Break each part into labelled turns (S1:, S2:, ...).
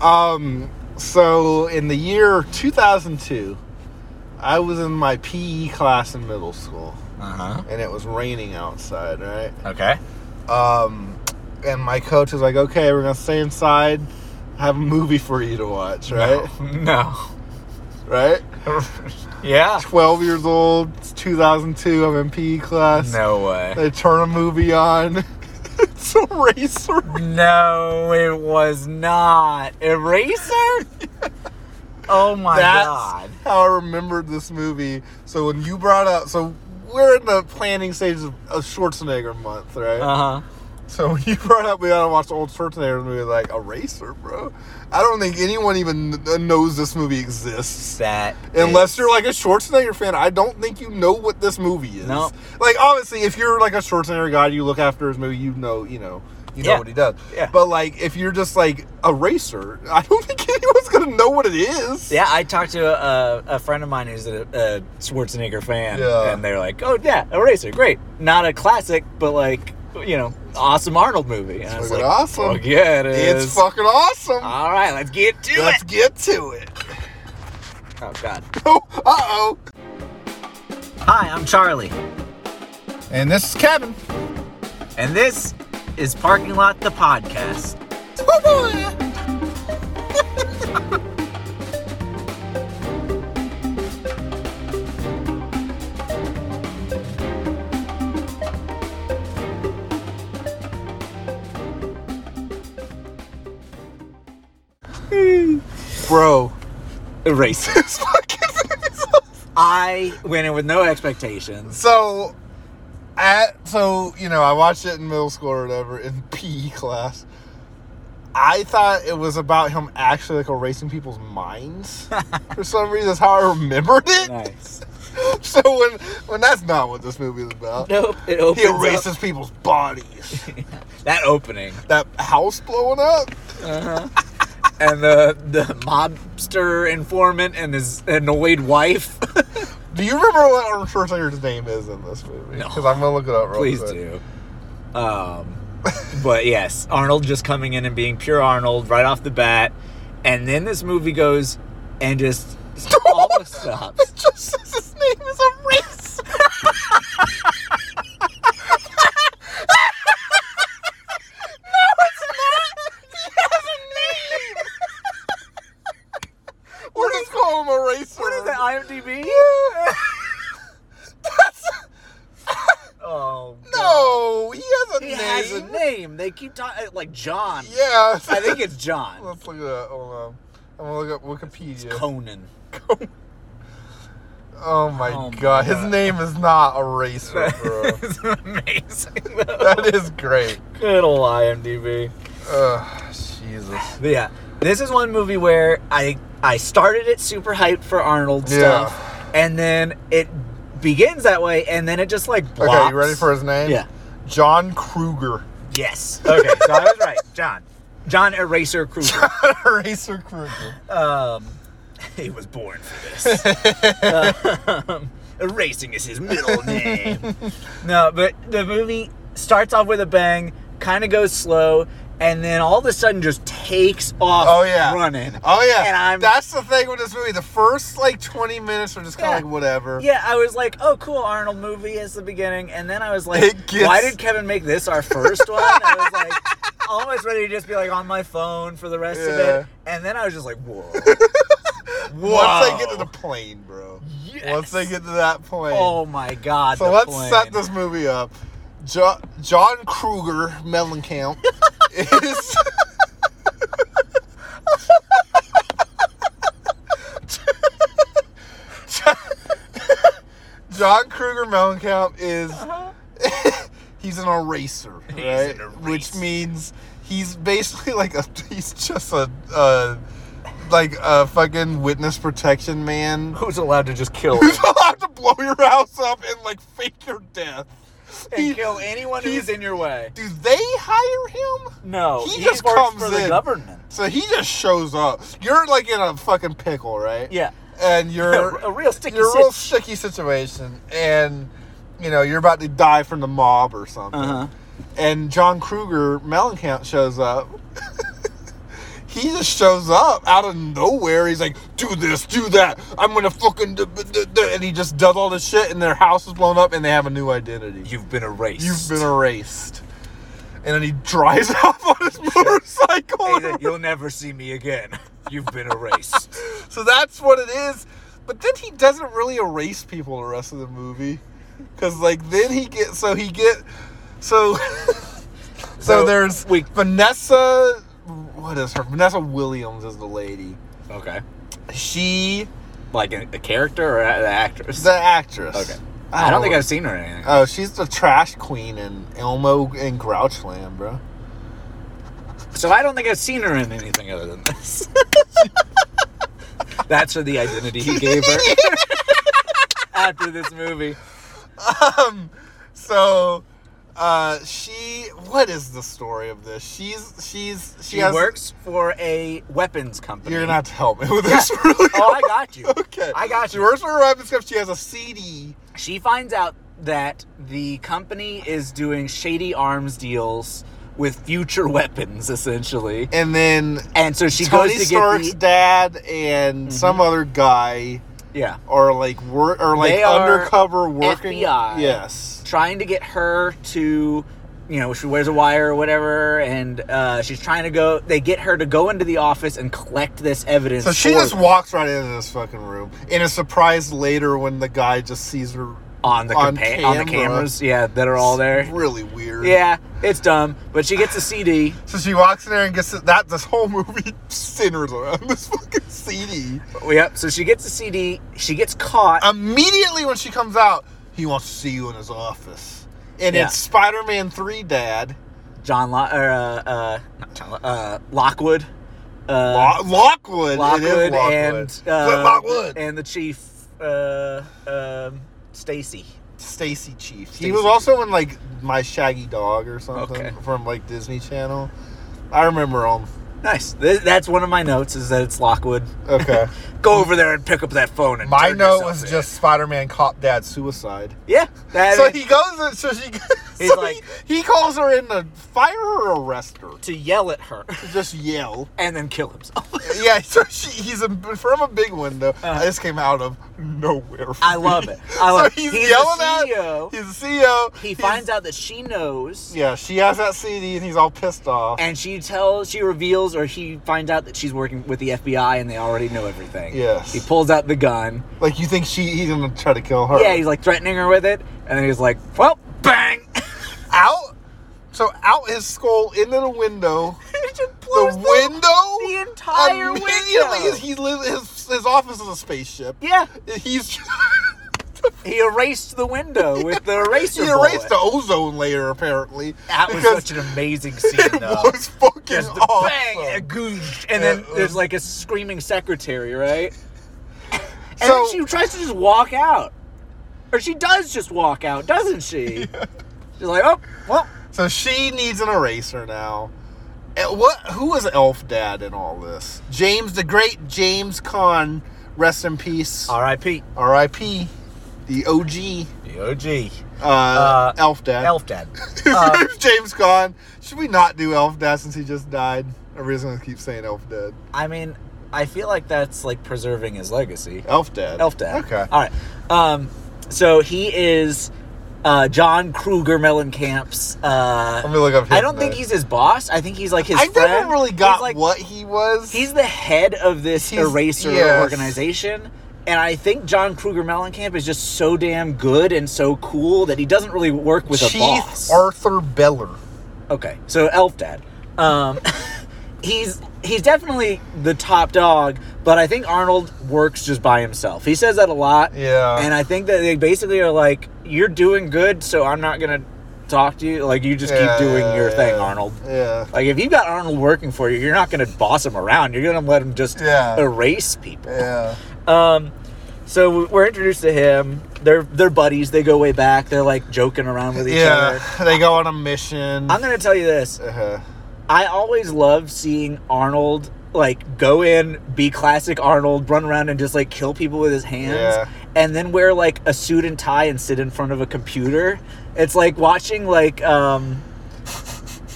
S1: Um, so in the year 2002, I was in my PE class in middle school,
S2: Uh
S1: and it was raining outside, right?
S2: huh. Okay.
S1: Um, and my coach was like, "Okay, we're gonna stay inside, have a movie for you to watch, right?
S2: No.
S1: Right?
S2: No. yeah.
S1: 12 years old, it's 2002. I'm in PE class.
S2: No way.
S1: They turn a movie on. it's a racer.
S2: No, it was not. Eraser? Oh my
S1: That's
S2: god.
S1: how I remembered this movie. So when you brought up, so we're in the planning stages of, of Schwarzenegger month, right?
S2: Uh huh.
S1: So when you brought up we gotta watch the old Schwarzenegger movie, like Eraser, bro. I don't think anyone even kn- uh, knows this movie exists.
S2: That.
S1: Unless
S2: is-
S1: you're like a Schwarzenegger fan, I don't think you know what this movie is.
S2: No.
S1: Like obviously, if you're like a Schwarzenegger guy, you look after his movie, you know, you know, you know
S2: Yeah.
S1: what he does.
S2: Yeah.
S1: But like, if you're just like a racer, I don't think anyone's gonna know what it is.
S2: Yeah, I talked to a, a, a friend of mine who's a, a Schwarzenegger fan,
S1: Yeah.
S2: and they're like, "Oh yeah, Eraser, great. Not a classic, but like, you know, awesome Arnold movie." And I was like,
S1: fucking awesome.
S2: "Fuck yeah, it is.
S1: It's fucking awesome.
S2: All right, let's get to
S1: Let's
S2: it.
S1: get to it.
S2: Oh god.
S1: uh oh.
S2: Hi, I'm Charlie,
S1: And this is Kevin.
S2: and this is Parking Lot the podcast.
S1: Oh, Bro,
S2: Eraser.
S1: this fucking movie's awesome.
S2: I went in with no expectations.
S1: So, at so you know, I watched it in middle school or whatever in PE class. I thought it was about him actually like erasing people's minds for some reason. That's how I remembered it.
S2: Nice.
S1: So when when that's not what this movie is about.
S2: Nope. It
S1: He
S2: opens up-
S1: erases people's bodies.
S2: that opening.
S1: that house blowing up.
S2: and the the mobster informant and his annoyed wife.
S1: Do you remember what Arnold Schwarzenegger's name is in this movie?
S2: No.
S1: Because I'm gonna look it up. Real
S2: Please
S1: quick.
S2: do. Um, but yes, Arnold just coming in and being pure Arnold right off the bat, and then this movie goes and just almost stops.
S1: It just says his name is a race. no, it's not. He has a name. We're just calling him a racer.
S2: What is that? IMDb? oh
S1: No, he has a
S2: He
S1: name.
S2: has a name. They keep talking like John.
S1: Yeah.
S2: I think it's John.
S1: Let's look at that. Hold on. I'm gonna look up Wikipedia.
S2: Conan.
S1: oh my
S2: Oh my
S1: god, his
S2: God.
S1: name is not a racer, bro.
S2: It's amazing. though.
S1: that is great.
S2: Good old IMDb.
S1: Ugh, Jesus.
S2: But yeah, this is one movie where I I started it super hyped for Arnold
S1: Yeah.
S2: stuff, and then it begins that way, and then it just like blocks.
S1: Okay, you ready for his name?
S2: Yeah.
S1: John Kruger.
S2: Yes. Okay, so I was right, John. John Eraser Kruger.
S1: Racer Kruger.
S2: Um, he was born for this. um, erasing is his middle name. no, but the movie starts off with a bang, kind of goes slow, and then all of a sudden just takes off.
S1: Oh yeah.
S2: running.
S1: Oh yeah.
S2: And I'm-
S1: That's the thing with this movie. The first like 20 minutes are just kind of
S2: Yeah.
S1: like whatever.
S2: Yeah, I was like, oh, cool, Arnold movie is the beginning. And then I was like,
S1: It gets-
S2: why did Kevin make this our first one? I was like, almost ready to just be like on my phone for the rest of it. And then I was just like, whoa.
S1: Once they get to
S2: Whoa.
S1: the plane, bro.
S2: Yes.
S1: Once they get to that plane.
S2: Oh my god.
S1: so
S2: the
S1: let's
S2: plane.
S1: set this movie up. Jo- John Kruger Mellencamp is John Kruger Mellencamp is he's an eraser, right?
S2: Uh-huh. He's an eraser.
S1: Which means he's basically like a he's just a uh, like a fucking witness protection man
S2: Who's allowed to just kill
S1: who's allowed to blow your house up and like fake your death.
S2: and
S1: He-
S2: kill anyone
S1: he's-
S2: who's in your way?
S1: Do they hire him?
S2: No,
S1: He
S2: he,
S1: just
S2: works
S1: comes
S2: for the
S1: in.
S2: government.
S1: So he just shows up. You're like in a fucking pickle, right?
S2: Yeah.
S1: And you're
S2: A real sticky
S1: you're a real
S2: situation.
S1: sticky situation, and you know you're about to die from the mob or something.
S2: Uh-huh.
S1: And John Kruger Mellencamp shows up. He just shows up out of nowhere. He's like, "Do this, do that. I'm gonna fucking," d- d- d- d-" and he just does all this shit, and their house is blown up, and they have a new identity.
S2: You've been erased.
S1: You've been erased. And then he drives off on his motorcycle.
S2: He said, You'll never see me again. You've been erased.
S1: So that's what it is. But then he doesn't really erase people the rest of the movie, because like then he gets so he get so so,
S2: So,
S1: there's
S2: we-
S1: Vanessa. What is her? Vanessa Williams is the lady.
S2: okay.
S1: She
S2: Like a, a character or a, the actress?
S1: the actress.
S2: okay. I don't think
S1: know.
S2: I've seen her in anything.
S1: Oh, she's the trash queen in Elmo and Grouchland, bro.
S2: So I don't think I've seen her in anything other than this. That's for the identity he gave her after this movie.
S1: um, so uh, she what is the story of this? She's she's she,
S2: She
S1: has,
S2: works for a weapons company.
S1: You're gonna have to help me with this. Really
S2: Oh, I got you.
S1: okay.
S2: I got
S1: She
S2: you.
S1: works for a weapons company. She has a CD.
S2: She finds out that the company is doing shady arms deals with future weapons, essentially.
S1: And then
S2: And so she
S1: Tony
S2: goes to
S1: Stark's
S2: get Mm-hmm.
S1: dad and some other guy
S2: the yeah,
S1: are like work are like
S2: They are
S1: undercover working.
S2: FBI.
S1: Yes.
S2: trying to get her to, you know, she wears a wire or whatever, and uh, she's trying to go. They get her to go into the office and collect this evidence.
S1: So she
S2: for
S1: just walks right into this fucking room and is surprised later when the guy just sees her
S2: on the
S1: on
S2: compa- on the
S1: camera.
S2: cameras, yeah, that are all there.
S1: Really weird.
S2: Yeah, it's dumb, but she gets a CD.
S1: So she walks in there and gets it- that. This whole movie centers around this fucking CD.
S2: Yep, so she gets a CD. She gets caught.
S1: Immediately when she comes out, he wants to see you in his office, and
S2: Yeah.
S1: it's Spider-Man Three Dad
S2: John Lo- or, uh, uh, not John Lo- uh, Lockwood. Uh,
S1: Lo- Lockwood.
S2: Lockwood,
S1: It is Lockwood.
S2: and uh,
S1: Flip Lockwood.
S2: and the chief uh, um, Stacy.
S1: Stacy Chief.
S2: Stacy
S1: he was also in like My Shaggy Dog or something
S2: Okay.
S1: from like Disney Channel. I remember him.
S2: Nice. Th- that's one of my notes is that it's Lockwood.
S1: Okay.
S2: Go over there and pick up that phone and
S1: My
S2: turn
S1: note
S2: yourself
S1: was
S2: in.
S1: just Spider-Man caught dad suicide.
S2: yeah. That
S1: so
S2: is-
S1: he goes. and- So she.
S2: He's
S1: so
S2: like-
S1: he, he calls her in to fire or arrest her.
S2: to yell at her
S1: just yell.
S2: and then kill himself.
S1: yeah, so she, he's a, from a big window.
S2: Uh-huh.
S1: I just came out of nowhere. for
S2: I love
S1: me.
S2: it. I love
S1: so
S2: it.
S1: he's E
S2: He's the
S1: yelling
S2: CEO.
S1: at. He's the CEO.
S2: He
S1: He's-
S2: finds out that she knows,
S1: Yeah, she has that CD, and he's all pissed off.
S2: and she tells, she reveals, or he finds out that she's working with the FBI, and they already know everything.
S1: Yes.
S2: He pulls out the gun.
S1: like you think she he's gonna try to kill her?
S2: Yeah, he's like threatening her with it, and then he's like, "Well, bang!"
S1: out. So out his skull into the window.
S2: It just
S1: The
S2: blows
S1: window.
S2: the entire
S1: Immediately,
S2: window.
S1: He lives, his his office is a spaceship.
S2: yeah,
S1: He's
S2: he erased the window with the eraser.
S1: he erased the
S2: bullet.
S1: ozone layer apparently.
S2: That was
S1: because
S2: such an amazing scene,
S1: it
S2: though.
S1: was fucking
S2: Just the
S1: awesome.
S2: bang, a goosh, and then
S1: Uh,
S2: there's like a screaming secretary, right? And
S1: So-
S2: then she tries to just walk out, or she does just walk out, doesn't she? She's like, "Oh, well,
S1: So she needs an eraser now. And what? Who was Elf Dad in all this? James, the great James Caan, rest in peace.
S2: R.I.P.
S1: R.I.P. The OG
S2: The O.G.
S1: uh, Elf Dad.
S2: Elf uh, Dad."
S1: James Caan. Should we not do Elf Dad since he just died? I'm just gonna keep saying Elf Dad.
S2: I mean, I feel like that's like preserving his legacy.
S1: Elf Dad.
S2: Elf Dad.
S1: Okay.
S2: All right. Um, so he is uh, John Kruger Mellencamp's.
S1: Let
S2: Uh,
S1: me look up. His
S2: I don't
S1: name.
S2: think he's his boss. I think he's like his
S1: I
S2: friend.
S1: never really
S2: He's,
S1: got
S2: like,
S1: what he was.
S2: He's the head of this
S1: He's-
S2: eraser
S1: yes.
S2: organization. And I think John Kruger Mellencamp is just so damn good and so cool that he doesn't really work with a
S1: Chief
S2: boss.
S1: Arthur Beller.
S2: Okay, so Elf Dad. Um, he's he's definitely the top dog, but I think Arnold works just by himself. He says that a lot.
S1: Yeah.
S2: And I think that they basically are like, "You're doing good, so I'm not gonna talk to you. Like, you just
S1: Yeah,
S2: keep doing your
S1: yeah,
S2: thing,
S1: yeah.
S2: Arnold."
S1: Yeah.
S2: Like, if you've got Arnold working for you, you're not gonna boss him around. You're gonna let him just
S1: Yeah.
S2: erase people.
S1: Yeah.
S2: Um, so we're introduced to him. They're they're buddies. They go way back. They're like joking around with each
S1: Yeah.
S2: other.
S1: They go on a mission.
S2: I'm gonna tell you this.
S1: uh-huh.
S2: I always love seeing Arnold like go in, be classic Arnold, run around and just like kill people with his hands,
S1: Yeah.
S2: and then wear like a suit and tie and sit in front of a computer. It's like watching like um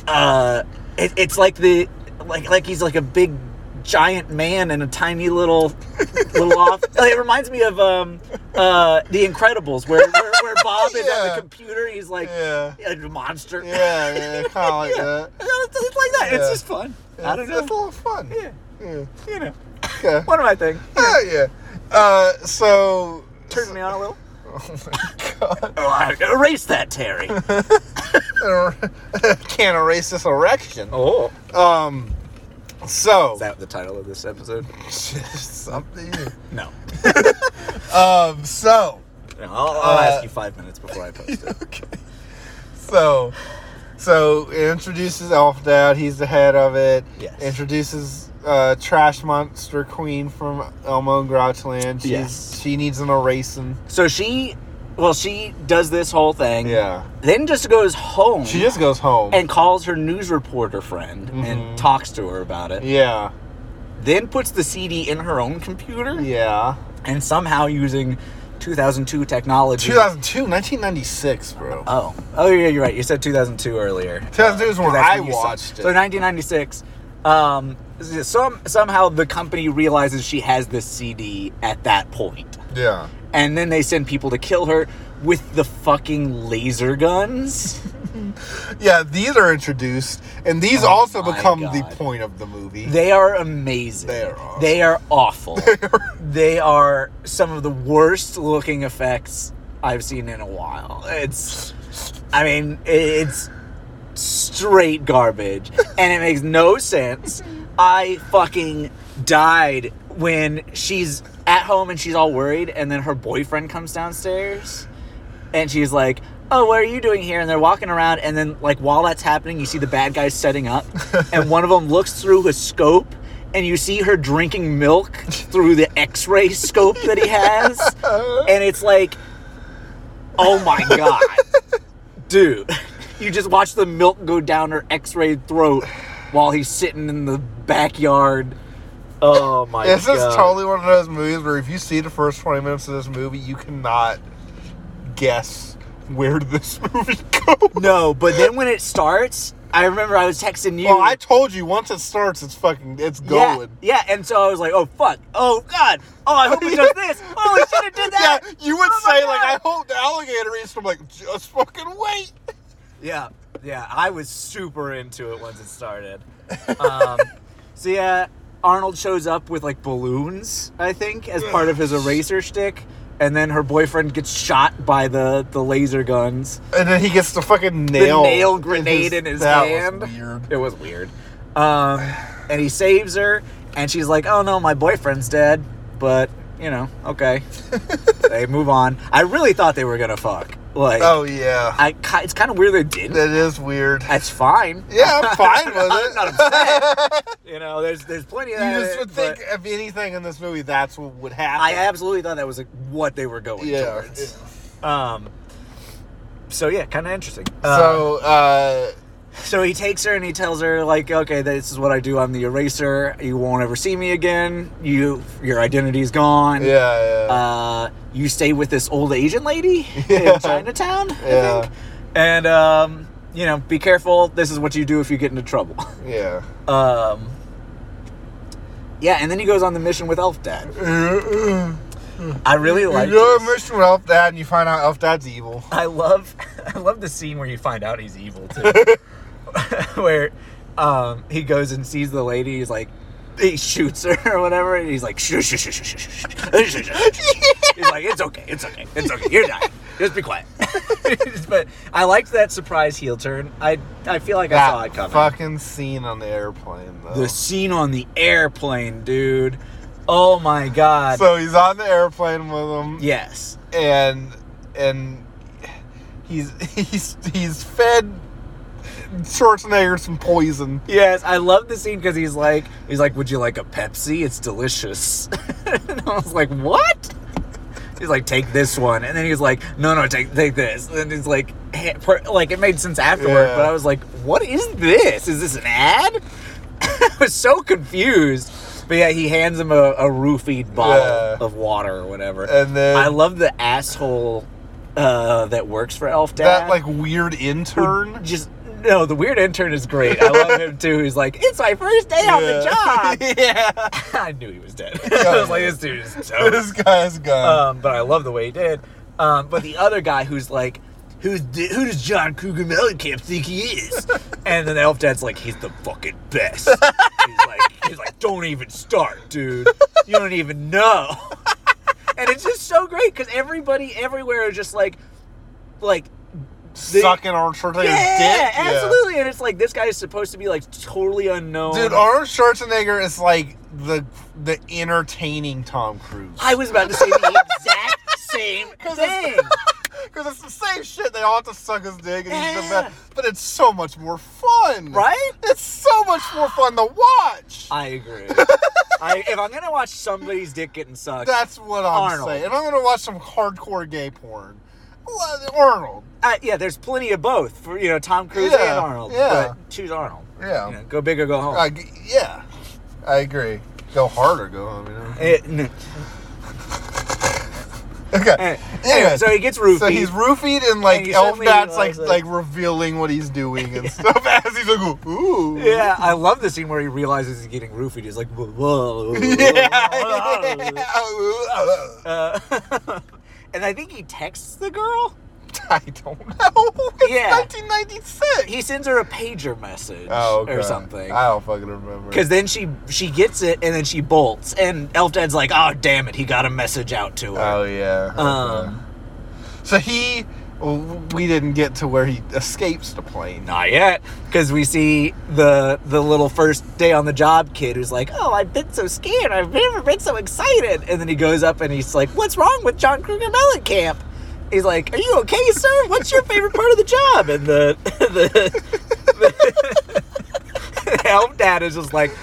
S2: uh, it, it's like the like like he's like a big giant man in a tiny little little off. It reminds me of um, uh, The Incredibles, where where, where Bob is on
S1: Yeah.
S2: the computer. And he's like
S1: Yeah.
S2: a monster.
S1: Yeah, yeah, kind of like that.
S2: It's it's like that. It's
S1: Yeah.
S2: just fun. I don't
S1: It's a
S2: know.
S1: lot of fun.
S2: Yeah.
S1: Yeah.
S2: You know,
S1: Okay.
S2: one of my things.
S1: Oh, yeah. Uh, so.
S2: Turn me on a little.
S1: Oh my god.
S2: Oh, I erase that, Terry.
S1: Can't erase this erection.
S2: oh,
S1: Um. So.
S2: is that the title of this episode?
S1: something.
S2: No.
S1: um. So.
S2: No, I'll, I'll
S1: Uh,
S2: ask you five minutes before I post it.
S1: So. So it introduces Elf Dad. He's the head of it.
S2: Yes.
S1: Introduces uh, Trash Monster Queen from Elmo and Grouchland. She's,
S2: Yes.
S1: She needs an erasing.
S2: So she, well, she does this whole thing.
S1: Yeah.
S2: Then just goes home.
S1: She just goes home.
S2: and calls her news reporter friend
S1: Mhm.
S2: and talks to her about it.
S1: yeah.
S2: Then puts the CD in her own computer
S1: Yeah.
S2: and somehow using 2002 technology.
S1: 2002, 1996, bro.
S2: Oh, oh yeah, you're right. You said 2002 earlier.
S1: 2002 is when
S2: 'Cause uh, that's
S1: I
S2: you said-
S1: watched it.
S2: So 1996. Um, some somehow the company realizes she has this CD at that point,
S1: yeah.
S2: and then they send people to kill her with the fucking laser guns.
S1: Yeah, these are introduced, and these
S2: Oh
S1: also
S2: my
S1: become the
S2: God.
S1: point of the movie.
S2: They are amazing.
S1: They are awesome.
S2: They are awful. they are some of the worst looking effects I've seen in a while. It's, I mean, it's straight garbage, and it makes no sense. I fucking died when she's at home and she's all worried, and then her boyfriend comes downstairs, and she's like. Oh, what are you doing here? And they're walking around, and then like while that's happening, you see the bad guys setting up, and one of them looks through his scope, and you see her drinking milk through the X-ray scope that he has, and it's like, oh my god, dude, you just watch the milk go down her X-ray throat while he's sitting in the backyard. Oh my
S1: This
S2: god,
S1: is totally one of those movies where if you see the first 20 minutes of this movie, you cannot guess where this movie goes.
S2: no. But then when it starts, I remember I was texting you.
S1: Well, I told you, once it starts, it's fucking, it's
S2: Yeah,
S1: going.
S2: Yeah, and so I was like, oh fuck, oh god, oh I hope it does this, oh it should have did
S1: Yeah,
S2: that.
S1: you would
S2: Oh my
S1: say, like, I
S2: God.
S1: hope the alligator eats. I'm like, just fucking wait.
S2: Yeah, yeah, I was super into it once it started. Um, so yeah, Arnold shows up with like balloons, I think, as part of his eraser shtick, and then her boyfriend gets shot by the the laser guns.
S1: And then he gets the fucking nail.
S2: nail grenade in his
S1: that
S2: hand.
S1: Was weird.
S2: It was weird. Um, and he saves her, and she's like, "Oh no, my boyfriend's dead," but you know, okay. they move on. I really thought they were gonna fuck. Like,
S1: Oh, yeah.
S2: I ki- it's kind of weird they didn't.
S1: That is weird.
S2: That's fine.
S1: Yeah, I'm fine with it.
S2: You know, there's there's plenty of that.
S1: you just would
S2: but
S1: think of anything in this movie, that's what would happen.
S2: I absolutely thought that was like what they were going
S1: Yeah,
S2: towards. Um. So yeah, kind of interesting. Uh,
S1: so, uh,
S2: so he takes her and he tells her like, okay, this is what I do. I'm the eraser. You won't ever see me again. You, your identity's gone.
S1: yeah, yeah.
S2: Uh, you stay with this old Asian lady
S1: Yeah.
S2: in Chinatown. I
S1: Yeah.
S2: think. And um, you know, be careful. This is what you do if you get into trouble.
S1: yeah.
S2: Um, yeah, and then he goes on the mission with Elf Dad.
S1: You
S2: I really like.
S1: go on a
S2: this.
S1: mission with Elf Dad, and you find out Elf Dad's evil.
S2: I love, I love the scene where you find out he's evil too, where um, he goes and sees the lady. He's like, he shoots her or whatever, and he's like, shh, shh, shh, shh, shh, shh, shh, shh, shh, shh, shh." He's like, it's okay, it's okay, it's okay. You're dying. Just be quiet. but I liked that surprise heel turn. I I feel like I saw it coming.
S1: fucking scene on the airplane, though.
S2: The scene on the airplane, dude. Oh my god.
S1: so he's on the airplane with him,
S2: yes.
S1: and and he's he's he's fed Schwarzenegger some poison.
S2: Yes, I love the scene because he's like, he's like, "Would you like a Pepsi? It's delicious." and I was like, "What?" He's like, "Take this one," and then he's like, "No, no, take take this." And he's like, hey, per, "Like it made sense afterward,"
S1: Yeah.
S2: but I was like, "What is this? Is this an ad?" I was so confused. But yeah, he hands him a, a roofied bottle
S1: Yeah.
S2: of water or whatever.
S1: And then-
S2: I love the asshole uh, that works for Elf Dad
S1: That like weird intern.
S2: just no, the weird intern is great. I love him too. He's like, it's my first day on the job.
S1: yeah.
S2: I knew he was dead.
S1: Yeah.
S2: I was like, this dude is toast.
S1: this guy's gone.
S2: Um, but I love the way he did. Um, but the other guy who's like, who's the, who does John Cougar Mellencamp think he is? and then the elf dad's like, he's the fucking best. he's like, he's like, don't even start, dude. You don't even know. and it's just so great because everybody everywhere is just like, like. they-
S1: Sucking Arnold Schwarzenegger's
S2: yeah,
S1: dick.
S2: absolutely. And it's like this guy is supposed to be like totally unknown.
S1: Dude, Arnold Schwarzenegger is like the the entertaining Tom Cruise.
S2: I was about to say the exact same thing.
S1: Because it's the same shit. They all have to suck his dick and he's the
S2: Yeah.
S1: best. But it's so much more fun.
S2: Right?
S1: It's so much more fun to watch.
S2: I agree. I, if I'm gonna watch somebody's dick getting sucked,
S1: That's what I'm
S2: Arnold.
S1: saying. If I'm gonna watch some hardcore gay porn, well, Arnold.
S2: uh, yeah, there's plenty of both for you know Tom Cruise
S1: Yeah,
S2: and Arnold.
S1: yeah.
S2: but choose Arnold.
S1: Yeah.
S2: You know, go big or go home.
S1: I g yeah, I agree. Go hard or go home. You know?
S2: Eh, n-
S1: Okay.
S2: eh.
S1: Anyway,
S2: so he gets roofied.
S1: So he's roofied and like
S2: And he
S1: Elf
S2: suddenly
S1: Dad's like
S2: realizes-
S1: like revealing what he's doing and stuff as he's like ooh
S2: yeah, I love the scene where he realizes he's getting roofied. He's like, whoa, whoa, whoa,
S1: yeah.
S2: Uh, and I think he texts the girl.
S1: I don't know. It's
S2: Yeah.
S1: 1996.
S2: He sends her a pager message
S1: oh, okay.
S2: or something.
S1: I don't fucking remember.
S2: Because then she she gets it and then she bolts and Elf Dad's like, oh damn it, he got a message out to her.
S1: oh yeah. okay.
S2: Um,
S1: so he, well, we didn't get to where he escapes the plane.
S2: Not yet, because we see the the little first day on the job kid who's like, "Oh, I've been so scared. I've never been so excited." And then he goes up and he's like, "What's wrong with John Kruger Mellencamp?" He's like, "Are you okay, sir? What's your favorite part of the job?" And the the, the help dad is just like,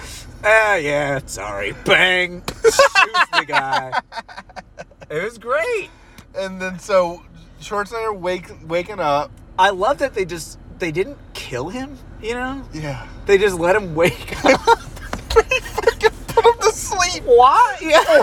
S2: "Ah, yeah, sorry." Bang, shoots the guy. It was great.
S1: And then so Schwarzenegger wake waking up.
S2: I love that they just they didn't kill him. You know,
S1: Yeah.
S2: they just let him wake up.
S1: Put him to sleep.
S2: Why? Yeah.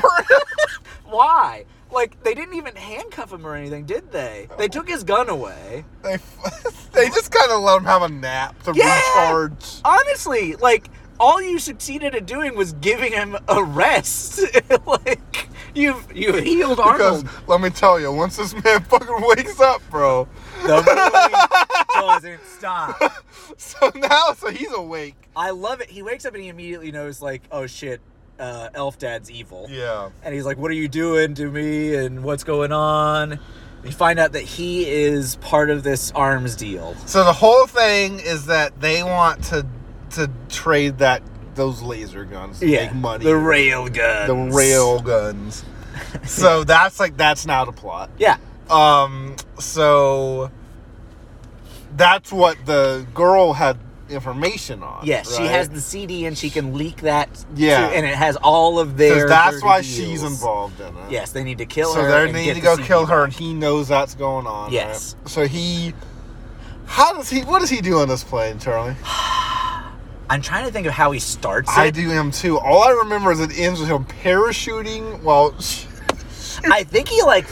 S2: Why? Like they didn't even handcuff him or anything, did they? They took his gun away.
S1: They, they just kind of let him have a nap to
S2: Yeah.
S1: recharge.
S2: Honestly, like all you succeeded at doing was giving him a rest. like you've you have healed
S1: Because
S2: Arnold.
S1: let me tell you, once this man fucking wakes up, bro.
S2: the movie doesn't stop.
S1: So now, so he's awake.
S2: I love it. He wakes up and he immediately knows, like, oh shit, uh, Elf Dad's evil.
S1: Yeah.
S2: and he's like, "What are you doing to me? And what's going on?" You find out that he is part of this arms deal.
S1: So the whole thing is that they want to to trade that those laser guns to
S2: Yeah,
S1: make money.
S2: the rail gun.
S1: the rail guns. so that's like that's now the plot.
S2: Yeah,
S1: Um so that's what the girl had information on.
S2: yeah. She
S1: right?
S2: has the CD and she can leak that.
S1: Yeah.
S2: to- and it has all of
S1: 'Cause
S2: their.
S1: that's
S2: dirty
S1: why
S2: deals.
S1: she's involved in it.
S2: Yes, they need to kill
S1: So
S2: her.
S1: they
S2: and
S1: need
S2: get
S1: to
S2: the
S1: go
S2: CD.
S1: kill her, and he knows that's going on. right?
S2: Yes.
S1: So he, how does he? What does he do in this plane, Charlie?
S2: I'm trying to think of how he starts it.
S1: I do him too. All I remember is it ends with him parachuting while.
S2: I think he like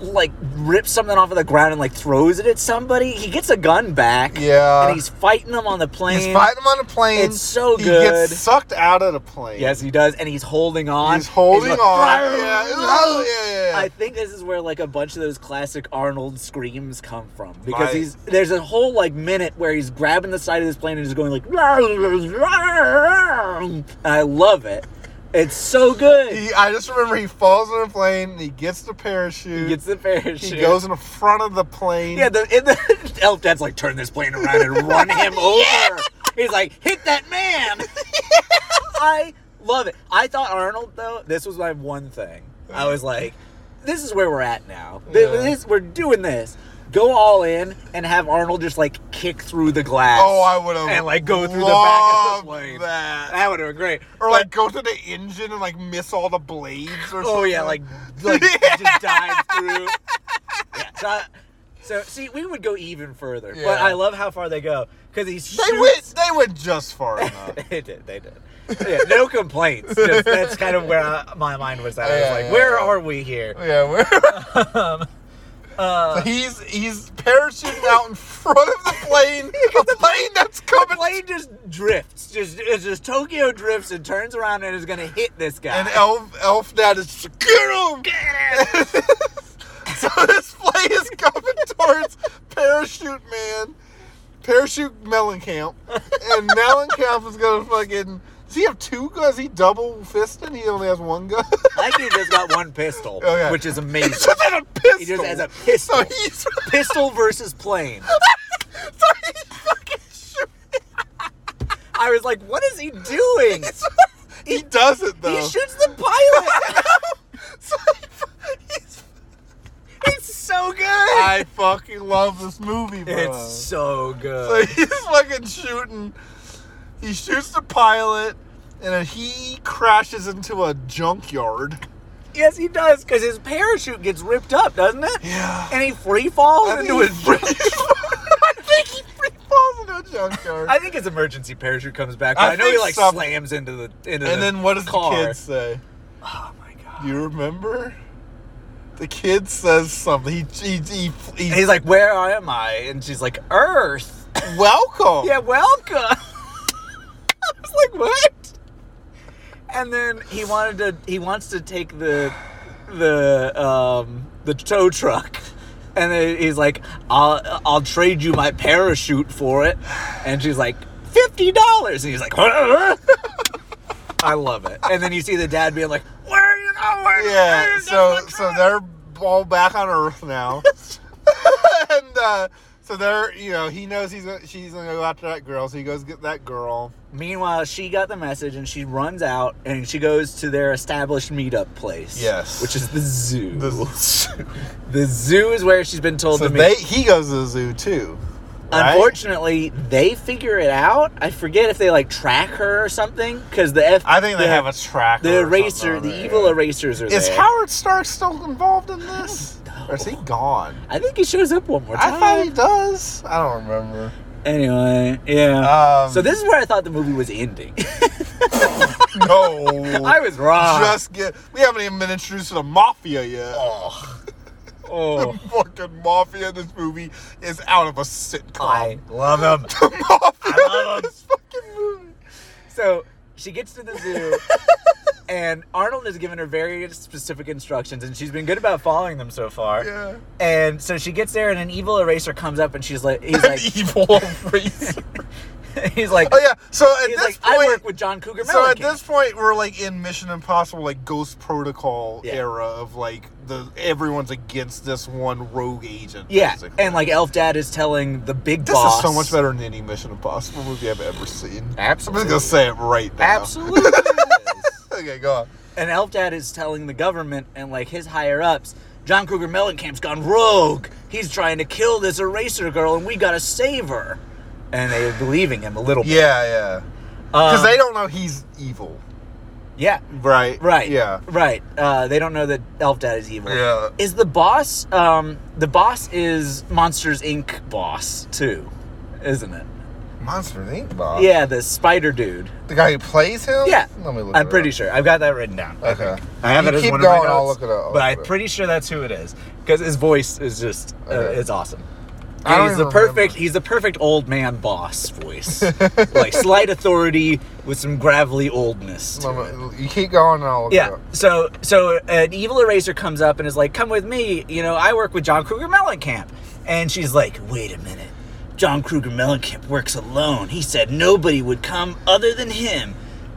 S2: like rips something off of the ground and like throws it at somebody. He gets a gun back.
S1: Yeah.
S2: and he's fighting them on the plane.
S1: He's fighting him on a plane.
S2: It's so
S1: he
S2: good.
S1: gets sucked out of the plane.
S2: Yes, he does, and he's holding on.
S1: He's holding
S2: like,
S1: on. yeah, yeah, yeah, yeah.
S2: I think this is where like a bunch of those classic Arnold screams come from because
S1: Right.
S2: he's there's a whole like minute where he's grabbing the side of this plane and just going like, and I love it. It's so good.
S1: He- I just remember he falls on a plane. And he gets the parachute.
S2: He gets the parachute.
S1: He goes in the front of the plane.
S2: Yeah, the, and the elf dad's like, turn this plane around and run him over. He's like, hit that man. I love it. I thought Arnold though. This was my one thing. I was like, this is where we're at now. Th-
S1: Yeah.
S2: This, we're doing this. Go all in and have Arnold just like kick through the glass.
S1: Oh, I would have
S2: and like go through the back of
S1: loved
S2: the plane. That,
S1: That.
S2: would have been great.
S1: Or
S2: But-
S1: like go to the engine and like miss all the blades or something.
S2: Oh yeah, like like just dive through. Yeah, so, I- so see, we would go even further, but
S1: Yeah.
S2: I love how far they go because he's
S1: they went they went just far enough.
S2: they did, they did. Yeah, no complaints. Just- that's kind of where I, my mind was at. I was
S1: Yeah,
S2: like,
S1: yeah,
S2: where
S1: yeah.
S2: are we here?
S1: yeah, we're
S2: uh,
S1: So he's he's parachuting out in front of the plane, the plane that's
S2: The
S1: coming,
S2: plane just drifts, just it's just Tokyo drifts and turns around and is gonna hit this guy.
S1: and Elf Elf Dad is just, get him. so this plane is coming towards Parachute Man, Parachute Mellencamp, and Mellencamp is gonna fucking. Does he have two guns? Is he double fisted? He only has one gun.
S2: I think he's just got one pistol,
S1: Oh, yeah.
S2: which is
S1: he
S2: amazing.
S1: just has a pistol. Oh,
S2: He just has a pistol.
S1: So he's
S2: pistol versus plane.
S1: so he's fucking shooting.
S2: I was like, what is he doing?
S1: He does it though.
S2: He shoots the pilot.
S1: So he- he's-
S2: it's so good.
S1: I Oh. fucking love this movie, bro.
S2: it's
S1: So
S2: so good.
S1: he's fucking shooting. He shoots the pilot, and then he crashes into a junkyard.
S2: yes, he does, because his parachute gets ripped up, doesn't it?
S1: Yeah.
S2: And he free falls
S1: I think,
S2: into his.
S1: I think he free falls into a junkyard.
S2: I think his emergency parachute comes back. But
S1: I
S2: I, know he
S1: think
S2: like
S1: some-
S2: slams into the into the
S1: and then what does
S2: car.
S1: the kid say?
S2: Oh my god.
S1: Do you remember? The kid says something. He, he, he, he-
S2: And He's like, "Where am I?" And she's like, "Earth."
S1: welcome.
S2: Yeah, welcome. I was like, what? And then he wanted to. He wants to take the the um, the tow truck, and then he's like, "I'll I'll trade you my parachute for it," and she's like, 50 dollars," and he's like, "Huh?" I love it. And then you see the dad being like, "Where are you going?"
S1: Yeah, so so they're all back on Earth now, and uh, so they're you know he knows he's gonna, she's gonna go after that girl, so he goes get that girl.
S2: Meanwhile, she got the message and she runs out and she goes to their established meetup place.
S1: Yes.
S2: Which is the zoo.
S1: The-
S2: The, zoo is where she's been told
S1: so
S2: to meet.
S1: they he goes to the zoo too. right?
S2: Unfortunately, they figure it out. I forget if they like track her or something because the F.
S1: I think they
S2: the,
S1: have a track.
S2: The eraser, the evil erasers are
S1: Is
S2: there.
S1: Howard Stark still involved in this? Or is he gone?
S2: I think he shows up one more time.
S1: I thought he does. I don't remember.
S2: Anyway, yeah.
S1: Um,
S2: so this is where I thought the movie was ending.
S1: no.
S2: I was wrong.
S1: just get. We haven't even been introduced to the mafia yet.
S2: oh,
S1: The fucking mafia in this movie is out of a
S2: I
S1: sitcom.
S2: love him.
S1: The mafia
S2: I love
S1: in
S2: him.
S1: this fucking movie.
S2: So she gets to the zoo, and Arnold has given her very specific instructions, and she's been good about following them so far.
S1: Yeah.
S2: And so she gets there, and an evil eraser comes up, and she's like, he's
S1: An
S2: like,
S1: evil eraser.
S2: he's like,
S1: oh yeah. So at
S2: he's
S1: this
S2: like, I
S1: point,
S2: work with John Cougar
S1: so at
S2: Mellencamp."
S1: this point, we're like in Mission Impossible, like Ghost Protocol
S2: Yeah.
S1: era of like the everyone's against this one rogue agent.
S2: yeah,
S1: basically.
S2: and like Elf Dad is telling the big
S1: this
S2: boss,
S1: is so much better than any Mission Impossible movie I've ever seen.
S2: Absolutely,
S1: I'm just gonna say it right now.
S2: absolutely. it is.
S1: Okay, go on.
S2: and Elf Dad is telling the government and like his higher ups, John Cougar Mellencamp's gone rogue. He's trying to kill this eraser girl, and we gotta save her. And they are believing him a little bit.
S1: Yeah, yeah.
S2: Um,
S1: Because they don't know he's evil.
S2: yeah,
S1: Right.
S2: right,
S1: Yeah.
S2: right. Uh, they don't know that Elf Dad is evil.
S1: Yeah.
S2: Is the boss? Um, the boss is Monsters Inc. boss too, isn't it?
S1: Monster Inc. Bob.
S2: Yeah, the spider dude.
S1: The guy who plays him?
S2: Yeah,
S1: Let me look
S2: I'm
S1: it
S2: pretty
S1: up.
S2: sure. I've got that written down.
S1: Okay.
S2: I have
S1: You
S2: it as
S1: keep
S2: one
S1: going,
S2: of my
S1: I'll
S2: notes,
S1: look it up, I'll
S2: but
S1: look
S2: I'm
S1: it up.
S2: pretty sure that's who it is because his voice is just uh,
S1: Okay.
S2: it's awesome.
S1: I don't
S2: he's the
S1: even
S2: perfect.
S1: remember.
S2: He's the perfect old man boss voice, like slight authority with some gravelly oldness. to it.
S1: Let me- You keep going and I'll look it
S2: Yeah.
S1: up.
S2: So so an evil eraser comes up and is like, "Come with me. You know, I work with John Kruger Mellencamp." And she's like, "Wait a minute. John Kruger Mellencamp works alone. He said nobody would come other than him."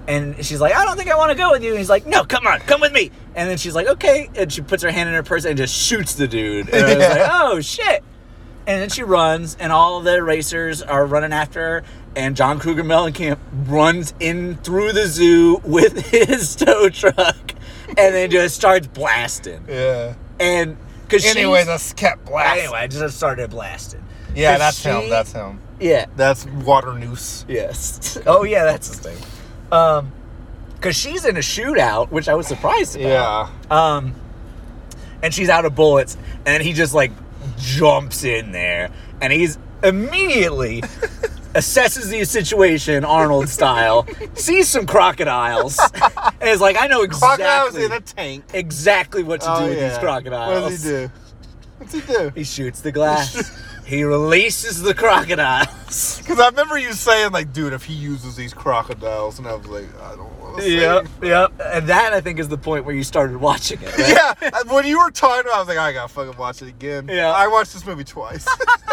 S2: And she's like, "I don't think I want to go with you." And he's like, "No, come on, come with me." And then she's like, "Okay." And she puts her hand in her purse and just shoots the dude. And I was
S1: Yeah.
S2: like, "Oh shit." And then she runs, and all the racers are running after her. And John Cougar Mellencamp runs in through the zoo with his tow truck, and then just starts blasting.
S1: Yeah.
S2: And because
S1: Anyways, I just kept blasting.
S2: anyway, just started blasting.
S1: Yeah,
S2: 'Cause
S1: that's
S2: she-
S1: him. That's him.
S2: yeah.
S1: That's Water Noose.
S2: Yes. Oh yeah, that's his thing. Um, because she's in a shootout, which I was surprised about.
S1: Yeah.
S2: Um, and she's out of bullets, and he just like jumps in there, and he's immediately assesses the situation Arnold style, sees some crocodiles, and is like, I know exactly
S1: Crocodile's in a tank.
S2: exactly what to do
S1: Oh,
S2: with
S1: yeah.
S2: these crocodiles.
S1: What does he do? What's he do?
S2: He shoots the glass. he releases the crocodiles.
S1: Because I remember you saying, like, dude, if he uses these crocodiles, and I was like, I don't want to say.
S2: Yep, yep. And that I think is the point where you started watching it. Right?
S1: Yeah, when you were talking about it, I was like, I gotta fucking watch it again.
S2: Yeah.
S1: I watched this movie twice.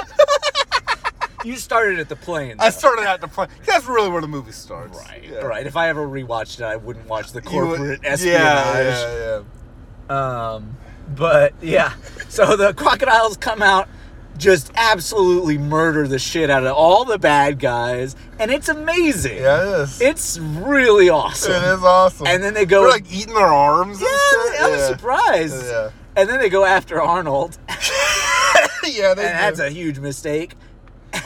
S2: You started at the plane.
S1: I
S2: though.
S1: started out to play. That's really where the movie starts.
S2: Right,
S1: Yeah.
S2: right. If I ever rewatched it, I wouldn't watch the
S1: You would-
S2: corporate
S1: Yeah,
S2: espionage.
S1: yeah, yeah.
S2: Um, but yeah, so the crocodiles come out, just absolutely murder the shit out of all the bad guys, and it's amazing.
S1: Yeah, it is.
S2: It's really awesome.
S1: It is awesome.
S2: And then they go-
S1: They're like eating their arms.
S2: Yeah,
S1: and
S2: I
S1: shit.
S2: was- I was surprised.
S1: Yeah.
S2: And then they go after Arnold, and
S1: yeah, they
S2: that's
S1: do.
S2: a huge mistake.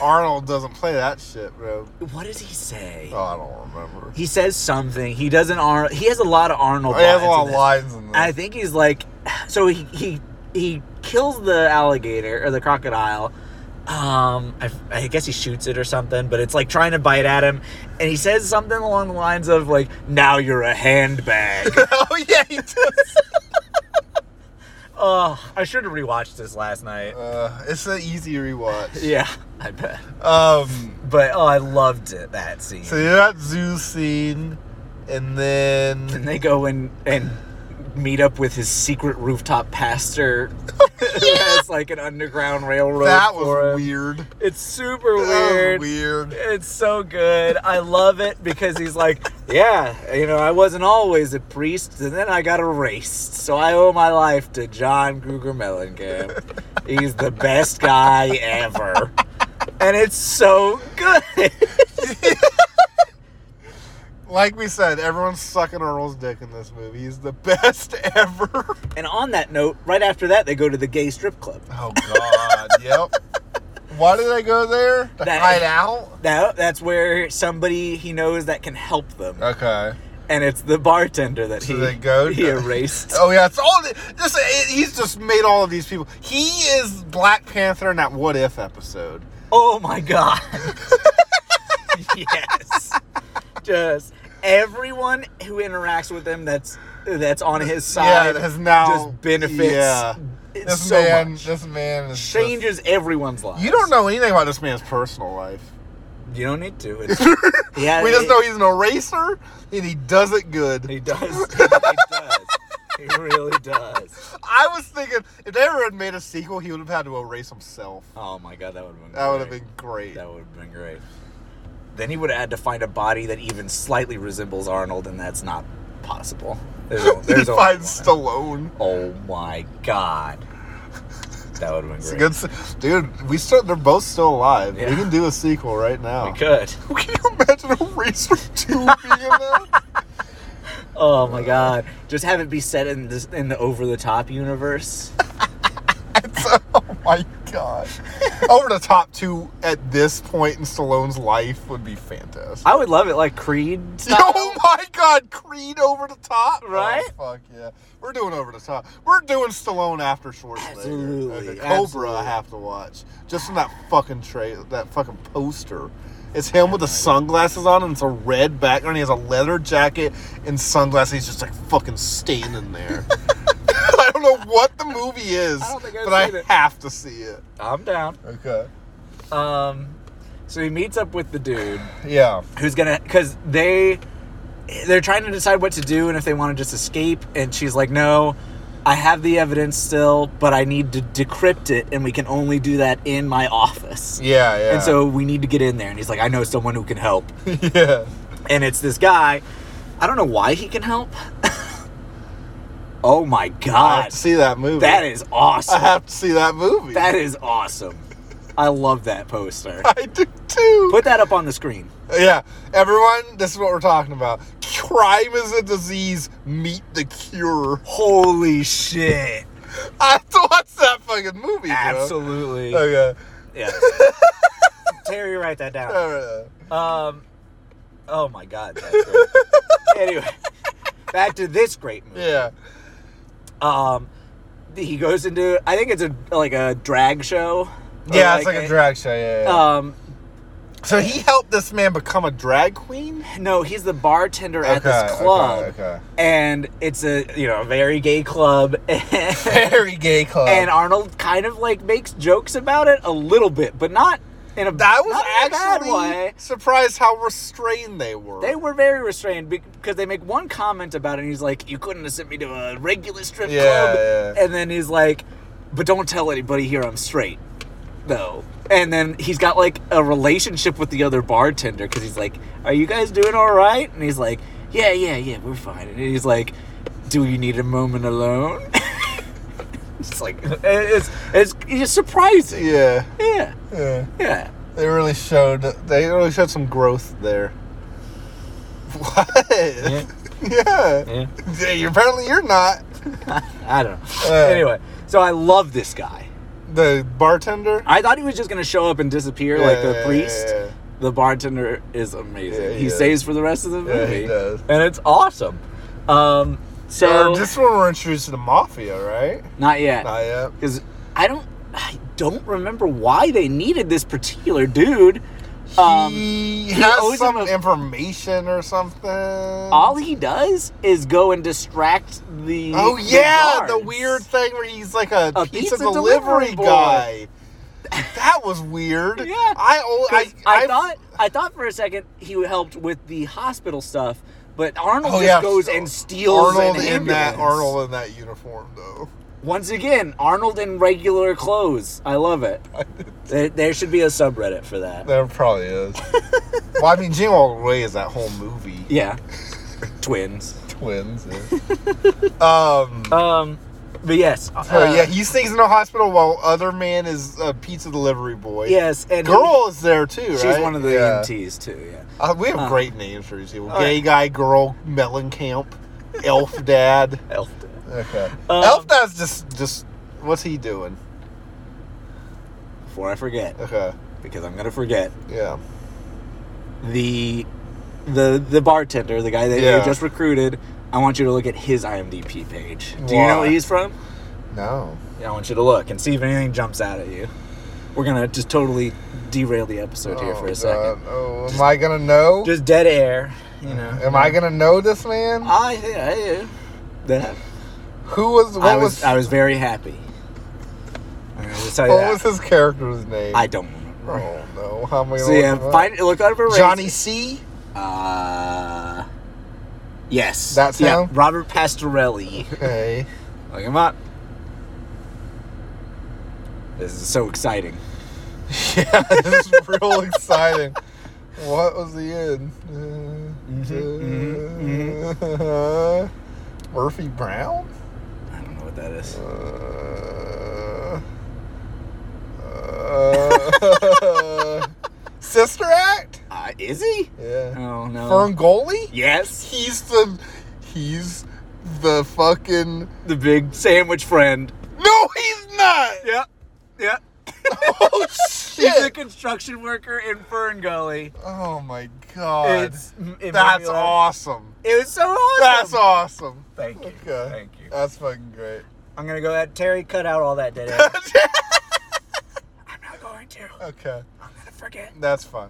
S1: Arnold doesn't play that shit, bro.
S2: What does he say?
S1: Oh, I don't remember.
S2: He says something. He doesn't. Ar- he has a lot of Arnold.
S1: Oh, he has a
S2: lines
S1: lot of
S2: in this.
S1: lines in
S2: I
S1: there.
S2: think he's like, so he he he kills the alligator or the crocodile. Um, I, I guess he shoots it or something, but it's like trying to bite at him, and he says something along the lines of like, "Now you're a handbag."
S1: oh yeah, he does.
S2: oh, I should have rewatched this last night.
S1: uh, it's an easy rewatch.
S2: Yeah, I bet.
S1: Um,
S2: But oh, I loved it, that scene.
S1: so you're at zoo scene, and then
S2: and they go in and meet up with his secret rooftop pastor. It's like an underground railroad.
S1: that
S2: for him.
S1: was weird.
S2: It's super
S1: That was
S2: weird.
S1: weird.
S2: It's so good. I love it because he's like, yeah, you know, I wasn't always a priest, and then I got erased. So I owe my life to John Cougar Mellencamp. He's the best guy ever. And it's so good.
S1: Like we said, everyone's sucking Earl's dick in this movie. He's the best ever.
S2: And on that note, right after that, they go to the gay strip club.
S1: Oh God. yep. Why did I go there? To
S2: That-
S1: hide out.
S2: Now, that's where somebody he knows that can help them.
S1: Okay.
S2: And it's the bartender that
S1: So
S2: he,
S1: they go
S2: he
S1: to-
S2: erased.
S1: Oh yeah, it's all just it, he's just made all of these people. He is Black Panther in that What If episode.
S2: Oh my god. yes. Just everyone who interacts with him that's that's on his side
S1: yeah, has now
S2: just benefits
S1: Yeah,
S2: it
S1: this
S2: so
S1: man,
S2: much.
S1: this man is just-
S2: Changes everyone's life.
S1: you don't know anything about this man's personal life.
S2: You don't need to. It's, yeah,
S1: we just
S2: it-
S1: know he's an eraser and he does it good.
S2: he does. He does. He really does.
S1: I was thinking if they ever had made a sequel, he would have had to erase himself.
S2: Oh my god, that would have been.
S1: That would have
S2: great.
S1: been great.
S2: That would have been great. Then he would have had to find a body that even slightly resembles Arnold, and that's not possible. There's, o-
S1: He
S2: there's only
S1: finds
S2: one.
S1: Stallone.
S2: Oh my god. That would have been
S1: It's a
S2: great.
S1: good, se- dude. We still, they're both still alive.
S2: Yeah.
S1: We can do a sequel right now.
S2: We could.
S1: Can you imagine a racer two being that?
S2: Oh my god. Just have it be set in this in the over the top universe.
S1: It's, oh my god! Over the top two at this point in Stallone's life would be fantastic.
S2: I would love it like Creed style.
S1: Oh my god, Creed over the top,
S2: Right?
S1: Oh, fuck yeah, we're doing over the top. We're doing Stallone after Schwarzenegger.
S2: Absolutely,
S1: Okay, Cobra, I
S2: absolutely.
S1: have to watch just from that fucking tray, that fucking poster. It's him with the sunglasses on, and it's a red background. He has a leather jacket and sunglasses. He's just like fucking standing there. I don't know what the movie is,
S2: I don't think I've
S1: but I
S2: seen it.
S1: have to see it.
S2: I'm down.
S1: Okay.
S2: Um so he meets up with the dude
S1: Yeah.
S2: who's gonna cause they they're trying to decide what to do and if they want to just escape and she's like, No, I have the evidence still, but I need to decrypt it and we can only do that in my office.
S1: Yeah. Yeah.
S2: And so we need to get in there and he's like, I know someone who can help.
S1: yeah.
S2: and it's this guy. I don't know why he can help. oh my
S1: I have
S2: god,
S1: to see that movie.
S2: that is
S1: I
S2: awesome!
S1: have to see that movie.
S2: That is awesome. I love that poster.
S1: I do too.
S2: Put that up on the screen.
S1: yeah, everyone, this is what we're talking about. Crime is a disease. Meet the cure.
S2: Holy shit!
S1: I have to watch that fucking movie. bro.
S2: Absolutely.
S1: Okay.
S2: Yeah. Terry, write that down.
S1: Alright.
S2: Um, oh my god, that's great. anyway, back to this great movie.
S1: Yeah.
S2: Um, he goes into I think it's a like Uh, a drag show. Or
S1: Yeah, it's like a drag show. Yeah. yeah.
S2: um,
S1: So he helped this man become a drag queen.
S2: No, he's the bartender at
S1: Okay,
S2: this
S1: okay,
S2: club,
S1: okay.
S2: and it's a you know a very gay club.
S1: Very gay club.
S2: and Arnold kind of like makes jokes about it a little bit, but not in a
S1: I was
S2: not in a
S1: actually
S2: bad way.
S1: surprised how restrained they were.
S2: They were very restrained be- because they make one comment about it, and he's like, "You couldn't have sent me to a regular strip
S1: Yeah,
S2: club,"
S1: yeah.
S2: and then he's like, "But don't tell anybody here I'm straight, though." And then he's got like a relationship with the other bartender because he's like, "Are you guys doing all right?" And he's like, "Yeah, yeah, yeah, we're fine." And he's like, "Do you need a moment alone?" it's like it's it's, it's just surprising.
S1: yeah,
S2: Yeah,
S1: yeah.
S2: yeah.
S1: They really showed. They really showed some growth there. What? Yeah.
S2: yeah.
S1: You- Apparently, you're not
S2: I don't know.
S1: Uh.
S2: anyway, so I love this guy.
S1: the bartender.
S2: I thought he was just gonna show up and disappear like the
S1: Yeah,
S2: priest.
S1: yeah, yeah.
S2: The bartender is amazing.
S1: Yeah,
S2: he
S1: he is.
S2: stays for the rest of the movie,
S1: Yeah, he does.
S2: and it's awesome. Um, so
S1: Or this one we're introduced to the mafia, right?
S2: not yet,
S1: Not yet.
S2: because I don't, I don't remember why they needed this particular dude. Um,
S1: he, has
S2: owes him
S1: some
S2: a-
S1: information or something.
S2: all he does is go and distract the.
S1: oh yeah, the,
S2: guards.
S1: weird thing where he's like a,
S2: A
S1: pizza,
S2: pizza
S1: delivery,
S2: delivery boy.
S1: guy. That was weird.
S2: Yeah.
S1: I al-
S2: 'Cause
S1: I,
S2: I, thought I thought for a second he helped with the hospital stuff, but Arnold
S1: Oh,
S2: just
S1: yeah.
S2: goes and steals
S1: Arnold
S2: an
S1: in that
S2: ambulance.
S1: Arnold in that uniform though.
S2: Once again, Arnold in regular clothes. I love it. there, there should be a subreddit for that.
S1: There probably is. well, I mean, Gene all the way is that whole movie.
S2: Yeah, twins.
S1: Twins. yeah. um.
S2: Um, but yes, uh,
S1: So Oh, yeah, he stays in the hospital while other man is a pizza delivery boy.
S2: yes, and
S1: girl is there too.
S2: She's
S1: right?
S2: one of the
S1: yeah.
S2: EMTs too. Yeah.
S1: Uh, we have
S2: Uh.
S1: great names for these people:
S2: All
S1: gay guy, girl, Mellencamp, elf dad.
S2: Elf.
S1: Okay,
S2: Um,
S1: elf dad's just just what's he doing?
S2: Before I forget,
S1: Okay,
S2: because I'm gonna forget
S1: yeah,
S2: the the the bartender, the guy that
S1: Yeah.
S2: you just recruited. I want you to look at his IMDb page. Do you
S1: Why?
S2: know where he's from?
S1: no,
S2: Yeah, I want you to look and see if anything jumps out at you. We're gonna just totally derail the episode here for a
S1: God.
S2: second.
S1: Oh, am I gonna know?
S2: Just dead air, you know.
S1: am I gonna know this man?
S2: I, I, that.
S1: Who was what
S2: I was,
S1: was,
S2: I was very happy. I'm gonna tell you
S1: what
S2: that.
S1: was his character's name?
S2: I don't remember.
S1: oh no, how am I gonna
S2: So yeah,
S1: look him up?
S2: find look up a race.
S1: Johnny C.
S2: Uh, yes,
S1: That's
S2: yeah.
S1: him?
S2: Robert Pastorelli.
S1: Okay,
S2: Look him up. This is so exciting.
S1: yeah, this is real exciting. What was he in? Uh,
S2: Mm-hmm, mhm,
S1: uh,
S2: mm-hmm.
S1: Murphy Brown.
S2: I don't know what that is.
S1: Uh, uh, Sister Act?
S2: Uh, is he?
S1: Yeah.
S2: Oh no.
S1: Ferngully?
S2: Yes.
S1: He's the he's the fucking
S2: the big sandwich friend.
S1: No, he's not.
S2: Yep. Yep.
S1: Oh
S2: He's a
S1: shit.
S2: construction worker in Fern Gully.
S1: Oh my god.
S2: It's, it made me
S1: That's
S2: laugh.
S1: awesome.
S2: It was so awesome.
S1: That's awesome.
S2: Thank you.
S1: Okay.
S2: Thank you.
S1: That's fucking great.
S2: I'm gonna go at Terry. Cut out all that dead air. I'm not going to.
S1: okay.
S2: I'm gonna forget.
S1: That's fun.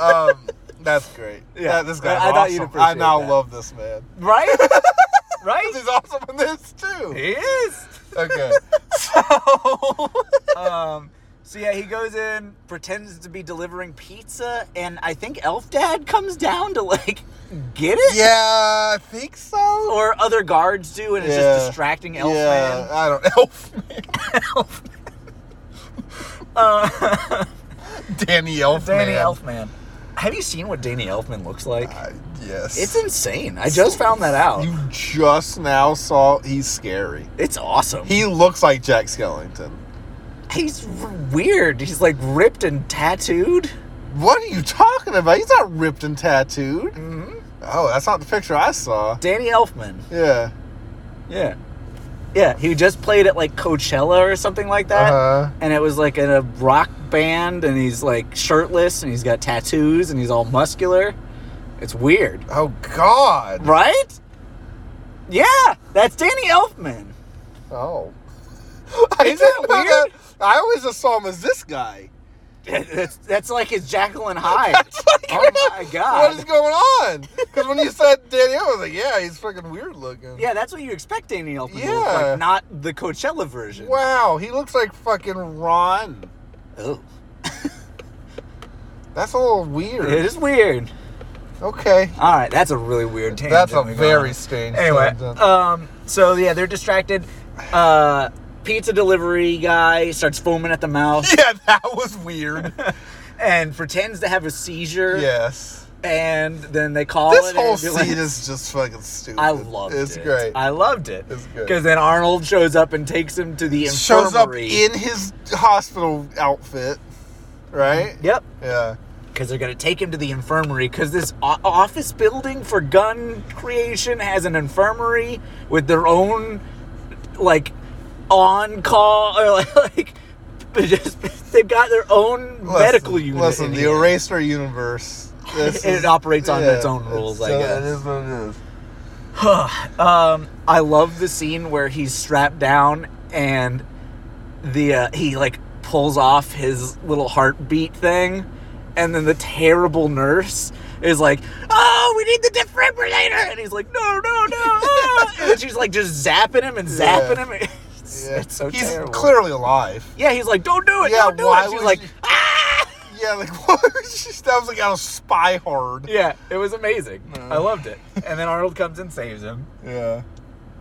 S1: Um That's great.
S2: Yeah.
S1: Yeah, this guy's
S2: I- I
S1: awesome.
S2: thought you'd
S1: I
S2: appreciate
S1: now
S2: that.
S1: love this man.
S2: Right? right?
S1: He's awesome in this too.
S2: He is.
S1: Okay.
S2: um. So yeah, he goes in, pretends to be delivering pizza, and I think Elf Dad comes down to like get it,
S1: yeah, I think so.
S2: or other guards do, and it's
S1: Yeah.
S2: just distracting Elf
S1: yeah,
S2: Man.
S1: I don't. Elfman,
S2: Uh,
S1: Danny Elfman.
S2: Danny Elfman. Have you seen what Danny Elfman looks like?
S1: Uh, yes.
S2: It's insane. I just found that out.
S1: You just now saw he's scary.
S2: It's awesome.
S1: He looks like Jack Skellington.
S2: He's r- weird. He's like ripped and tattooed.
S1: What are you talking about? He's not ripped and tattooed. Oh, that's not the picture I saw.
S2: Mm-hmm. Danny Elfman.
S1: Yeah.
S2: Yeah. Yeah, he just played at like Coachella or something like that.
S1: Uh-huh.
S2: And it was like in a rock band and he's like shirtless and he's got tattoos and he's all muscular. It's weird.
S1: Oh God.
S2: Right? Yeah, that's Danny Elfman.
S1: Oh. I
S2: Isn't that
S1: didn't know
S2: weird?
S1: I always just saw him as this guy.
S2: That's, that's like his Jacqueline Hyde. oh my god.
S1: What is going on? Because when you said Danielle, I was like, yeah, he's fucking weird looking.
S2: yeah, that's what you expect Daniel Elfman to look
S1: Yeah.
S2: like, not the Coachella version.
S1: Wow, he looks like fucking Ron.
S2: Oh.
S1: That's a little weird.
S2: It is weird.
S1: Okay.
S2: All right, that's a really weird tangent.
S1: That's a
S2: we got
S1: very
S2: on.
S1: strange
S2: Anyway,
S1: sentence.
S2: um, so yeah, they're distracted. Uh, pizza delivery guy starts foaming at the mouth
S1: yeah, that was weird.
S2: and pretends to have a seizure.
S1: yes. And
S2: And then they call
S1: this
S2: it
S1: whole
S2: an ambulance.
S1: scene is just fucking stupid.
S2: I loved
S1: it's
S2: it.
S1: It's great.
S2: I loved it.
S1: It's good.
S2: Because then Arnold shows up and takes him to the infirmary.
S1: Shows up in his hospital outfit, right?
S2: Yep.
S1: Yeah.
S2: Because they're going to take him to the infirmary. Because this o- office building for gun creation has an infirmary with their own, like, on call or like. like just, they've got their own medical unit.
S1: Listen,
S2: in
S1: the
S2: here.
S1: Eraser universe. this
S2: It
S1: is-
S2: operates on its own rules, I
S1: so
S2: guess.
S1: It is what it is.
S2: Um, I love the scene where he's strapped down and the uh, he like pulls off his little heartbeat thing, and then the terrible nurse is like, "Oh, we need the defibrillator," and he's like, "No, no, no!" ah." and then she's like just zapping him and zapping
S1: Yeah.
S2: him. It's,
S1: Yeah.
S2: it's so
S1: He's
S2: terrible.
S1: clearly alive.
S2: yeah, he's like, "Don't do it!
S1: Yeah,
S2: don't do
S1: why
S2: it!" She's
S1: would
S2: like,
S1: you-
S2: "Ah!"
S1: Yeah, like what? that was like out of Spy Hard.
S2: Yeah, it was amazing. I
S1: Uh.
S2: loved it. And then Arnold comes and saves him.
S1: Yeah.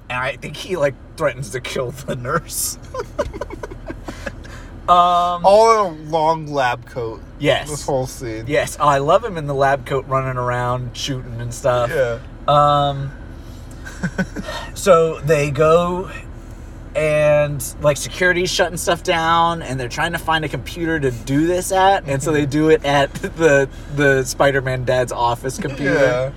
S2: and I think he like threatens to kill the nurse. um,
S1: All in a long lab coat. This
S2: yes,
S1: whole scene.
S2: yes, I love him in the lab coat running around shooting and stuff.
S1: Yeah.
S2: Um, so they go and like security's shutting stuff down, and they're trying to find a computer to do this at, and so
S1: Mm-hmm.
S2: they do it at the the Spider-Man dad's office
S1: Yeah.
S2: computer.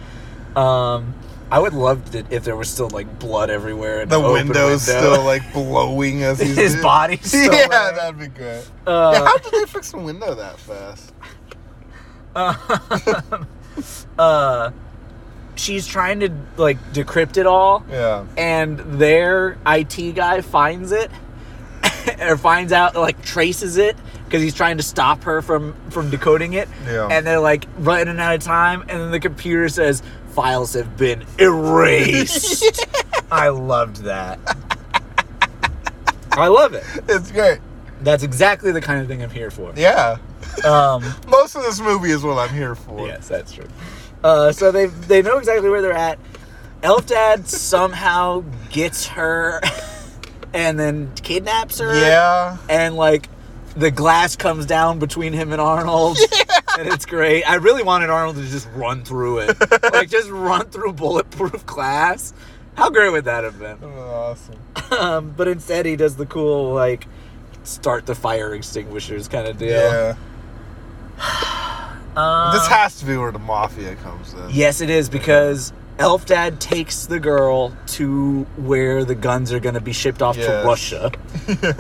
S2: Um, I would love it if there was still like blood everywhere. And
S1: The
S2: an open
S1: window's
S2: window.
S1: still like blowing as he's
S2: His body's still
S1: Yeah,
S2: there.
S1: that'd be great.
S2: Uh,
S1: yeah, how did they fix the window that fast?
S2: uh, she's trying to like decrypt it all,
S1: Yeah.
S2: and their IT guy finds it or finds out like traces it because he's trying to stop her from from decoding it.
S1: Yeah.
S2: And they're like running out of time, and then the computer says files have been erased. I loved that. I love it.
S1: It's great.
S2: That's exactly the kind of thing I'm here for.
S1: Yeah.
S2: Um,
S1: Most of this movie is what I'm here for.
S2: Yes, that's true. Uh, so they they know exactly where they're at. Elf Dad somehow gets her, and then kidnaps her.
S1: Yeah.
S2: and like the glass comes down between him and Arnold, and it's great. I really wanted Arnold to just run through it, like just run through bulletproof glass. How great would that have been?
S1: Awesome.
S2: Um, but instead, he does the cool like start the fire extinguishers kind of deal.
S1: Yeah.
S2: Um,
S1: this has to be where the mafia comes in.
S2: Yes, it is because Elf Dad takes the girl to where the guns are going to be shipped off
S1: Yes.
S2: to Russia,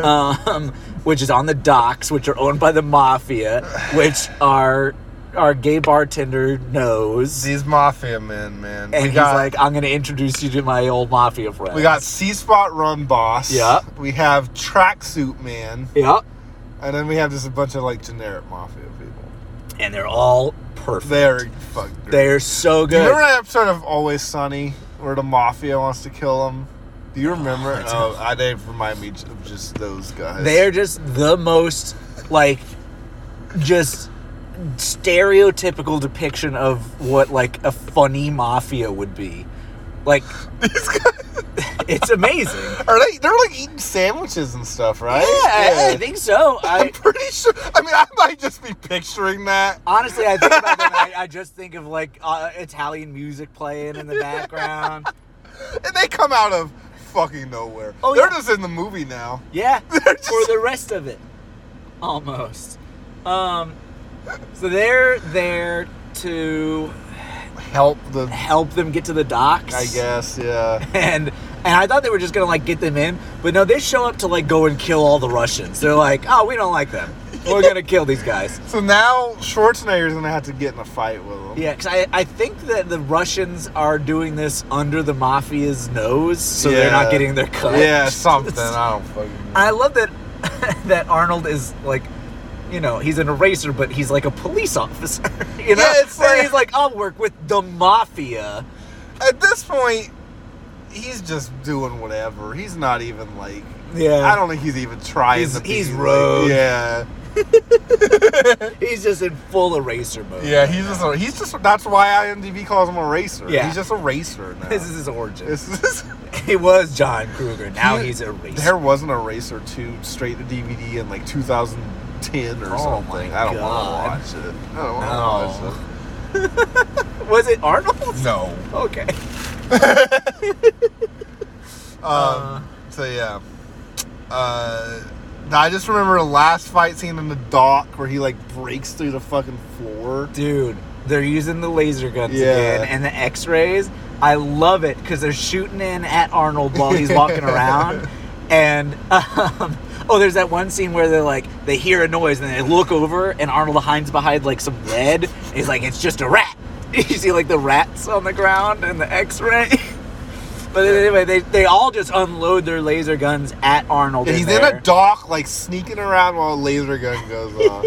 S2: um, which is on the docks, which are owned by the mafia, which our our gay bartender knows.
S1: These mafia men, man.
S2: and
S1: we
S2: he's
S1: got
S2: like, "I'm going to introduce you to my old mafia friend."
S1: we got C Spot Run Boss.
S2: Yeah.
S1: We have Tracksuit Man.
S2: yep,
S1: And then we have just a bunch of like generic mafia people.
S2: and they're all perfect.
S1: They're fucking great.
S2: They're so
S1: Do you remember
S2: good.
S1: that episode of Always Sunny where the mafia wants to kill him? Do you remember? it? Oh, I they remind me j- of just those guys.
S2: They're just the most like just stereotypical depiction of what like a funny mafia would be. Like it's amazing.
S1: are they? They're like eating sandwiches and stuff,
S2: Yeah,
S1: right?
S2: I, I think so.
S1: I'm
S2: I
S1: pretty sure. I mean, I might just be picturing that.
S2: honestly, I think about them. I, I just think of like uh, Italian music playing in the background.
S1: And they come out of fucking nowhere.
S2: Oh,
S1: they're
S2: yeah.
S1: just in the movie now.
S2: Yeah,
S1: They're
S2: for
S1: just-
S2: the rest of it, almost. Um, so they're there to
S1: Help the.
S2: help them get to the docks.
S1: I guess, yeah.
S2: and and I thought they were just gonna like get them in, but no, they show up to like go and kill all the Russians. They're like, oh, we don't like them. We're gonna kill these guys.
S1: So now Schwarzenegger's gonna have to get in a fight with them.
S2: Yeah, because I, I think that the Russians are doing this under the mafia's nose, so they're
S1: Yeah.
S2: not getting their cut.
S1: Yeah, something. I don't fucking know.
S2: I love that that Arnold is like you know, he's an eraser, but he's like a police officer. You know,
S1: Yeah, it's uh,
S2: Where
S1: like-
S2: he's like, I'll work with the mafia.
S1: At this point, he's just doing whatever. He's not even like.
S2: Yeah.
S1: I don't think he's even trying.
S2: He's-
S1: to be,
S2: he's
S1: like-
S2: rogue.
S1: Yeah,
S2: He's just in full eraser mode.
S1: yeah. He's just. A, he's just. That's why IMDb calls him a racer.
S2: Yeah.
S1: He's just a racer now.
S2: This is his origin.
S1: This is-
S2: he was John Kruger. Now
S1: He-
S2: he's a racer.
S1: there wasn't a racer two straight to DVD in like 2010 or
S2: Oh
S1: something.
S2: my
S1: I don't
S2: God.
S1: want to watch it. I don't want to
S2: No.
S1: watch it.
S2: was it Arnold?
S1: No.
S2: Okay.
S1: Um, so yeah. Uh, I just remember the last fight scene in the dock where he like breaks through the fucking floor.
S2: Dude, they're using the laser guns
S1: Yeah.
S2: again and the x rays. I love it because they're shooting in at Arnold while he's walking around. And, um, oh, there's that one scene where they're like, they hear a noise and they look over and Arnold hides behind like some lead. And he's like, it's just a rat. You see like the rats on the ground and the x ray. But anyway, they, they all just unload their laser guns at Arnold.
S1: And he's in
S2: there.
S1: a dock, like sneaking around while a laser gun goes off.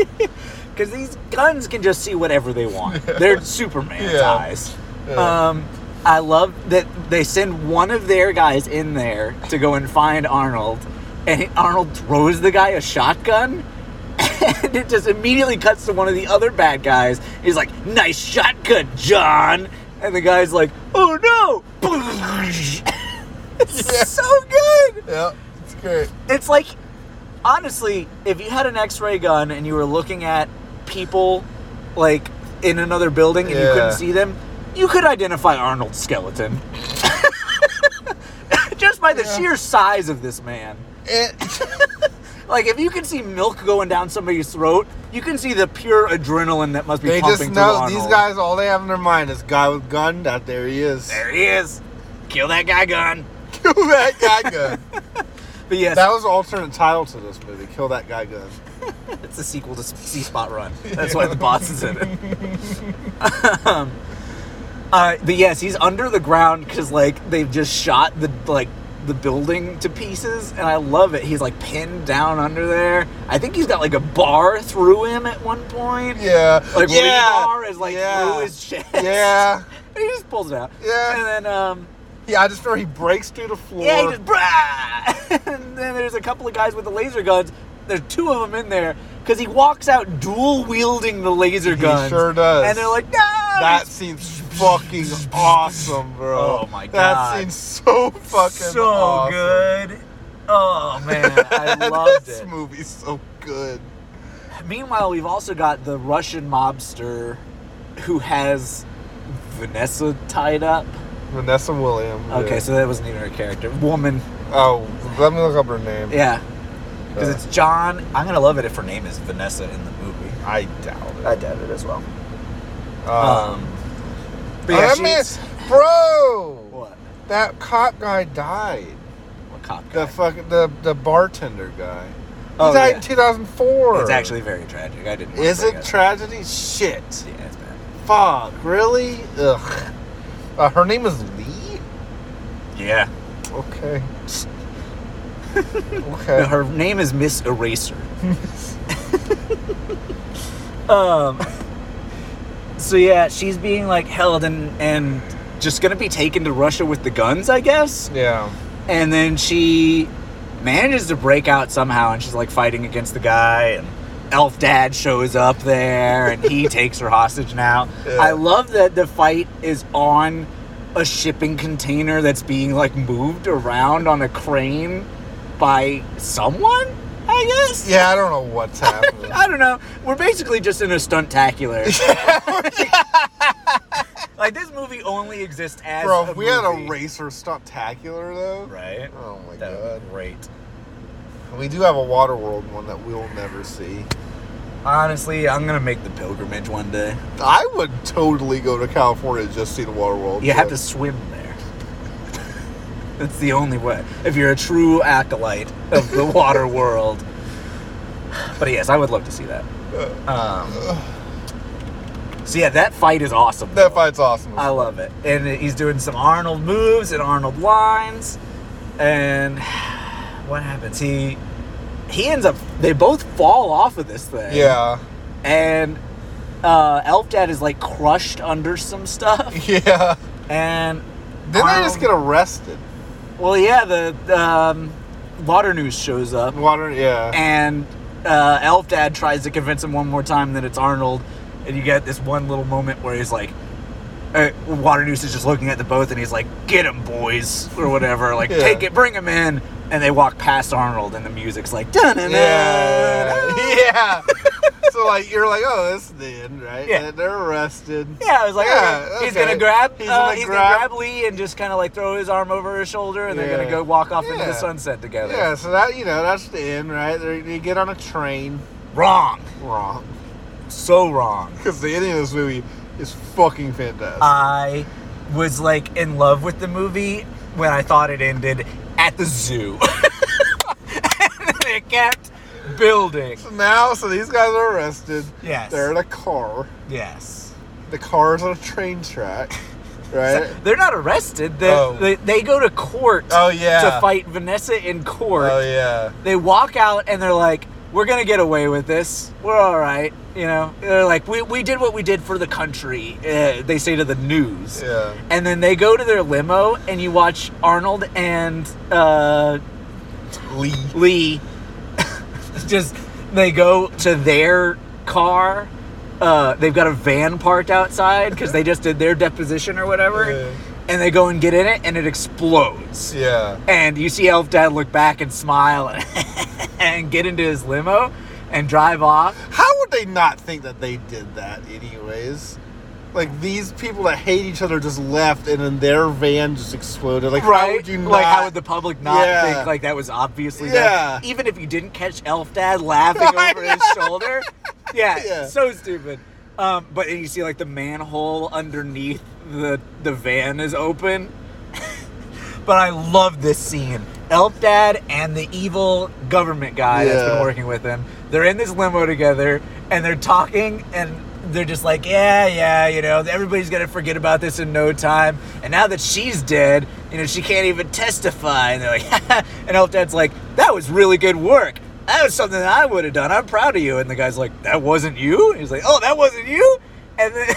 S2: because these guns can just see whatever they want. They're Superman's
S1: Yeah.
S2: eyes.
S1: Yeah.
S2: Um, I love that they send one of their guys in there to go and find Arnold, and he- Arnold throws the guy a shotgun. And it just immediately cuts to one of the other bad guys. He's like, "Nice shotgun, John," and the guy's like, "Oh no!" it's so good
S1: yeah, it's great.
S2: it's like honestly if you had an x-ray gun and you were looking at people like in another building and you
S1: Yeah.
S2: couldn't see them you could identify arnold's skeleton just by the
S1: Yeah.
S2: sheer size of this man like if you can see milk going down somebody's throat you can see the pure adrenaline that must be
S1: they
S2: pumping
S1: just
S2: through
S1: know
S2: Arnold.
S1: these guys. All they have in their mind is guy with gun. That there he is.
S2: there he is kill that guy gun
S1: Kill that guy gun.
S2: but yes
S1: that was the alternate title to this movie. Kill that guy gun.
S2: It's a sequel to C Spot Run. That's why the boss is in it. um, uh, but yes, he's under the ground because like they've just shot the like the building to pieces, and I love it. He's like pinned down under there. I think he's got like a bar through him at one point.
S1: Yeah.
S2: Like
S1: yeah.
S2: rebar is like
S1: yeah.
S2: through his chest.
S1: Yeah.
S2: And he just pulls it out.
S1: Yeah.
S2: And then um,
S1: Yeah. I just remember he breaks through the floor.
S2: yeah, he just brah! and then there's a couple of guys with the laser guns. There's two of them in there because he walks out dual wielding the laser
S1: He
S2: guns.
S1: sure does.
S2: And they're like, no.
S1: That seems fucking awesome, bro.
S2: Oh my
S1: That
S2: God.
S1: seems so fucking
S2: so
S1: awesome.
S2: good. Oh man, I loved
S1: this
S2: it.
S1: movie's so good.
S2: Meanwhile, we've also got the Russian mobster who has Vanessa tied up.
S1: Vanessa Williams.
S2: Okay, so that wasn't even her character. Woman,
S1: oh, let me look up her name.
S2: yeah. Because
S1: Uh.
S2: it's John. I'm gonna love it if her name is Vanessa in the movie.
S1: I doubt it.
S2: doubt it as well.
S1: Uh,
S2: Um, but yeah,
S1: I mean,
S2: she's-
S1: bro,
S2: what?
S1: that cop guy died.
S2: What cop
S1: The
S2: guy?
S1: fucking the the bartender guy. He
S2: Oh,
S1: died
S2: yeah.
S1: in 2004.
S2: It's actually very tragic. I didn't. want to
S1: Is
S2: bring
S1: it tragedy? Shit.
S2: yeah, it's bad.
S1: Fuck. Really? Ugh. Uh, her name is Lee.
S2: Yeah.
S1: Okay.
S2: No,
S1: okay.
S2: her name is Miss Eraser. um. So yeah, she's being like held and and just gonna be taken to Russia with the guns, I guess.
S1: yeah.
S2: and then she manages to break out somehow and she's like fighting against the guy and elf dad shows up there and he takes her hostage now
S1: Yeah.
S2: i love that the fight is on a shipping container that's being like moved around on a crane by someone i guess
S1: Yeah, I don't know what's happening.
S2: I don't know. We're basically just in a stuntacular. like this movie only exists as
S1: Bro,
S2: a
S1: if we had a
S2: movie.
S1: racer stuntacular though.
S2: right?
S1: Oh my
S2: That
S1: god.
S2: would be great.
S1: We do have a Waterworld one that we'll never see.
S2: Honestly, I'm gonna make the pilgrimage one day.
S1: I would totally go to California to just see the Waterworld.
S2: You have to swim there. That's the only way. If you're a true acolyte of the water world. But yes, I would love to see that. Um, so yeah, that fight is awesome.
S1: That
S2: though.
S1: fight's awesome.
S2: I love it. And he's doing some Arnold moves and Arnold lines. And what happens? He he ends up they both fall off of this thing.
S1: Yeah.
S2: And uh, Elf Dad is like crushed under some stuff,
S1: Yeah.
S2: and
S1: Then they just
S2: Arnold-
S1: get arrested.
S2: Well, yeah, the um, water news shows up,
S1: Water. Yeah.
S2: and uh, Elf Dad tries to convince him one more time that it's Arnold, and you get this one little moment where he's like, uh, Water Noose is just looking at the both, and he's like, "Get him, boys," or whatever. Like,
S1: Yeah.
S2: take it, bring him in. And they walk past Arnold, and the music's like, dun dun
S1: Yeah.
S2: dun.
S1: Yeah. so like you're like, oh, this is the end, right?
S2: Yeah.
S1: And they're arrested.
S2: Yeah, I was like,
S1: Yeah,
S2: okay. he's
S1: okay.
S2: gonna grab,
S1: He's
S2: uh,
S1: gonna
S2: he's
S1: grab-
S2: gonna grab Lee and just kind of like throw his arm over his shoulder, and
S1: Yeah.
S2: they're gonna go walk off into
S1: Yeah.
S2: the sunset together.
S1: Yeah. So that you know that's the end, right? They're, they get on a train.
S2: Wrong,
S1: Wrong.
S2: so wrong.
S1: Because the ending of this movie is fucking fantastic.
S2: I was like in love with the movie when I thought it ended at the zoo. and it kept building.
S1: So now, so these guys are arrested.
S2: Yes.
S1: They're in a car.
S2: Yes.
S1: The car's on a train track, right?
S2: They're not arrested. They,
S1: Oh.
S2: they, they go to court
S1: Oh, yeah. Oh,
S2: to fight Vanessa in court.
S1: yeah.
S2: They walk out and they're like, we're going to get away with this. We're all right. You know, they're like, we, we did what we did for the country, uh, they say to the news.
S1: Yeah.
S2: and then they go to their limo and you watch arnold and uh,
S1: Lee.
S2: lee just they go to their car uh, they've got a van parked outside because they just did their deposition or whatever
S1: Yeah.
S2: and they go and get in it and it explodes
S1: Yeah.
S2: and you see elf dad look back and smile and, and get into his limo and drive off
S1: How would they not think that they did that, anyways? Like these people that hate each other just left, and then their van just exploded. Like how would you not?
S2: like how would the public not
S1: Yeah.
S2: think like that was obviously
S1: Yeah.
S2: done? Even if you didn't catch Elf Dad laughing
S1: I
S2: over his shoulder. Yeah,
S1: Yeah.
S2: so stupid. Um, but then you see like the manhole underneath the the van is open. but I love this scene. Elf Dad and the evil government guy that's
S1: Yeah.
S2: been working with him. They're in this limo together and they're talking and they're just like, yeah, yeah, you know, everybody's gonna forget about this in no time. And now that she's dead, you know, she can't even testify. And they're like, and Elf Dad's like, that was really good work. That was something that I would have done. I'm proud of you. And the guy's like, that wasn't you? And he's like, oh, that wasn't you? And then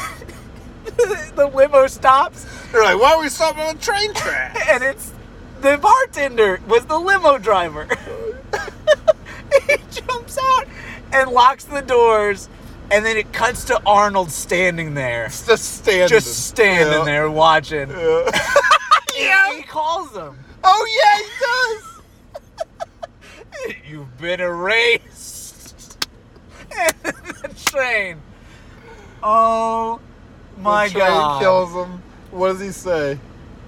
S2: the limo stops
S1: They're like, why are we stopping on a train track?
S2: and it's the bartender was the limo driver. he jumps out and locks the doors, and then it cuts to Arnold standing there,
S1: just standing.
S2: just standing
S1: Yeah.
S2: there watching.
S1: Yeah.
S2: He calls him.
S1: Oh yeah, he does.
S2: You've been erased. and the train. Oh my
S1: the train
S2: god!
S1: kills him. What does he say?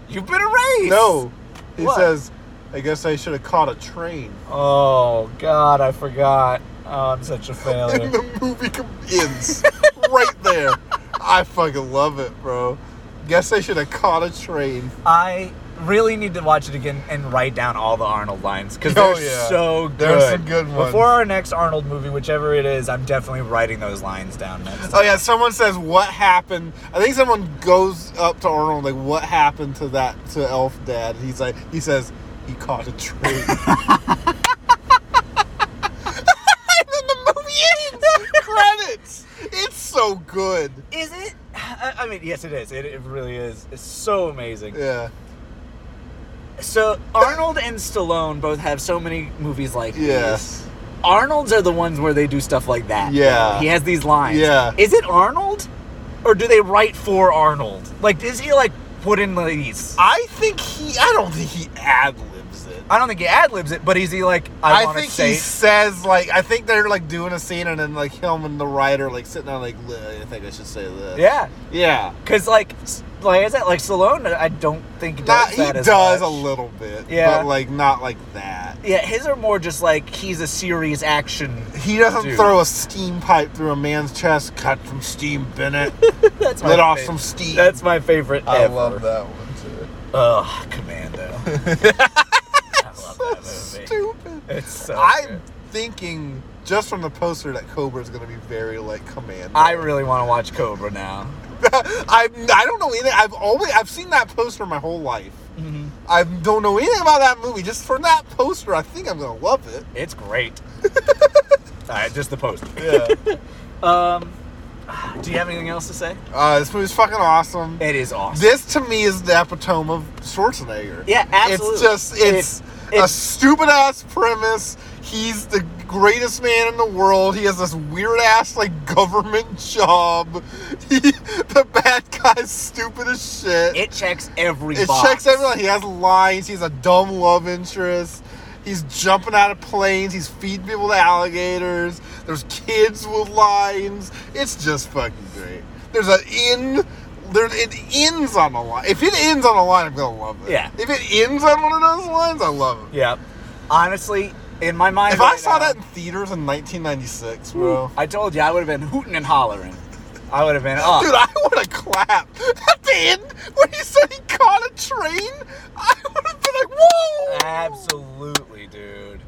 S2: You've been erased.
S1: No. He
S2: What?
S1: says, I guess I should have caught a train.
S2: Oh god, I forgot. Oh, I'm such a failure.
S1: And the movie com- ends right there. I fucking love it, bro. Guess I should have caught a train.
S2: I really need to watch it again and write down all the Arnold lines because they're
S1: Oh, yeah.
S2: so good.
S1: There are some good ones.
S2: Before our next Arnold movie, whichever it is, I'm definitely writing those lines down next.
S1: Oh yeah, someone says what happened. I think someone goes up to Arnold like, "What happened to that to Elf Dad?" He's like, he says, "He caught a train." and then the movie ends. Credits. It's so good.
S2: Is it? I I mean, yes, it is. It, it really is. It's so amazing.
S1: Yeah.
S2: So Arnold and Stallone both have so many movies like
S1: Yes.
S2: these. Arnold's are the ones where they do stuff like that.
S1: Yeah.
S2: He has these lines.
S1: Yeah.
S2: Is it Arnold, or do they write for Arnold? Like, is he like put in these?
S1: I think he. I don't think he ad libs it.
S2: I don't think he ad libs it, but is he like? I,
S1: I,
S2: wanna
S1: think
S2: say
S1: he says like I think they're like doing a scene and then like him and the writer like sitting down like "Li- I think I should say this.
S2: Yeah,
S1: Yeah.
S2: because like, s- like I said, like Stallone, I don't think does
S1: Not, he
S2: that as
S1: does
S2: much.
S1: a little bit.
S2: Yeah.
S1: But like not like that.
S2: Yeah, his are more just like he's a serious action.
S1: He doesn't
S2: Dude.
S1: throw a steam pipe through a man's chest, cut some steam, Bennett,
S2: That's
S1: let off
S2: fav-
S1: some steam.
S2: That's my favorite. ever.
S1: that one
S2: Ugh, Commando. I love that movie.
S1: Stupid.
S2: It's so.
S1: I'm
S2: good.
S1: thinking just from the poster that Cobra's gonna be very like command.
S2: I really want to watch Cobra now. Mm-hmm.
S1: I I don't know anything. I've always I've seen that poster my whole life. I don't know anything about that movie. Just from that poster, I think I'm gonna love it.
S2: It's great. Alright, just the poster.
S1: Yeah.
S2: Um, do you have anything else to say?
S1: uh, this movie's fucking awesome.
S2: It is awesome.
S1: This to me is the epitome of Schwarzenegger.
S2: Yeah, absolutely.
S1: It's just it's,
S2: It-
S1: a stupid ass premise. He's the greatest man in the world. He has this weird ass like government job. He, the bad guy's stupid as shit.
S2: it checks every
S1: It
S2: box.
S1: checks everything. He has lines. He's a dumb love interest. He's jumping out of planes. He's feeding people to alligators. There's kids with lines. It's just fucking great. There's an in. There it ends on a line. If it ends on a line, I'm gonna love it.
S2: Yeah.
S1: If it ends on one of those lines, I love it.
S2: Yep. Honestly, in my mind,
S1: If I
S2: right
S1: saw
S2: now-
S1: that in theaters in 1996, bro,
S2: I told you I would have been hooting and hollering. I would have been. Oh,
S1: dude, I would have clapped. At the end, when he said he caught a train, I would have been like, "Whoa!"
S2: absolutely, dude.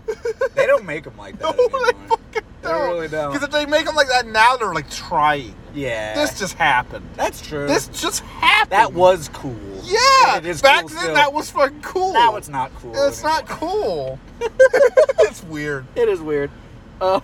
S2: They don't make them like that
S1: No, they
S2: anymore.
S1: fucking
S2: They
S1: don't.
S2: really don't.
S1: Because if they make them like that now, they're like trying.
S2: yeah,
S1: This just happened.
S2: that's true.
S1: This just happened.
S2: that was cool.
S1: Yeah.
S2: And it is
S1: Back
S2: cool
S1: then,
S2: still.
S1: that was fucking cool.
S2: now it's not cool.
S1: It's
S2: anymore.
S1: not cool. it's weird.
S2: It is weird. Um,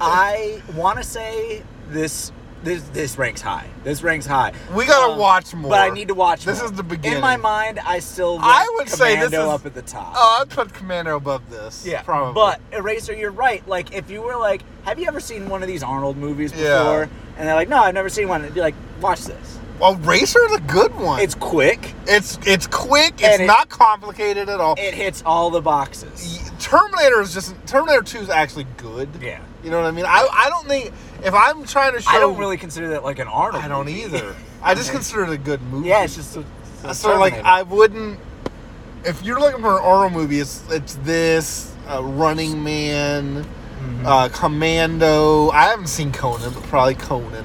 S2: I want to say this. This this ranks high. This ranks high.
S1: We gotta
S2: Um,
S1: watch more.
S2: But I need to watch.
S1: This
S2: more.
S1: is the beginning.
S2: In my mind, I still.
S1: I
S2: rank
S1: would say this
S2: Commando
S1: is-
S2: up at the top.
S1: Oh, I'd put Commando above this.
S2: Yeah,
S1: Probably.
S2: But Eraser, you're right. Like, if you were like, "Have you ever seen one of these Arnold movies before?"
S1: Yeah.
S2: and they're like, "No, I've never seen one," it'd be like, "Watch this.
S1: well, Racer's a good one.
S2: It's quick.
S1: it's it's quick. It's
S2: And it-
S1: not complicated at all.
S2: It hits all the boxes."
S1: Terminator is just Terminator Two is actually good.
S2: Yeah.
S1: You know what I mean? I, I don't think if I'm trying to show
S2: I don't really consider that like an Arnold.
S1: I don't
S2: movie.
S1: either. I just consider it a good movie.
S2: yeah, it's just a, it's a
S1: so like
S2: Terminator.
S1: I wouldn't. If you're looking for an horror movie, it's it's this uh, Running Man,
S2: Mhm.
S1: uh, Commando. I haven't seen Conan, but probably Conan.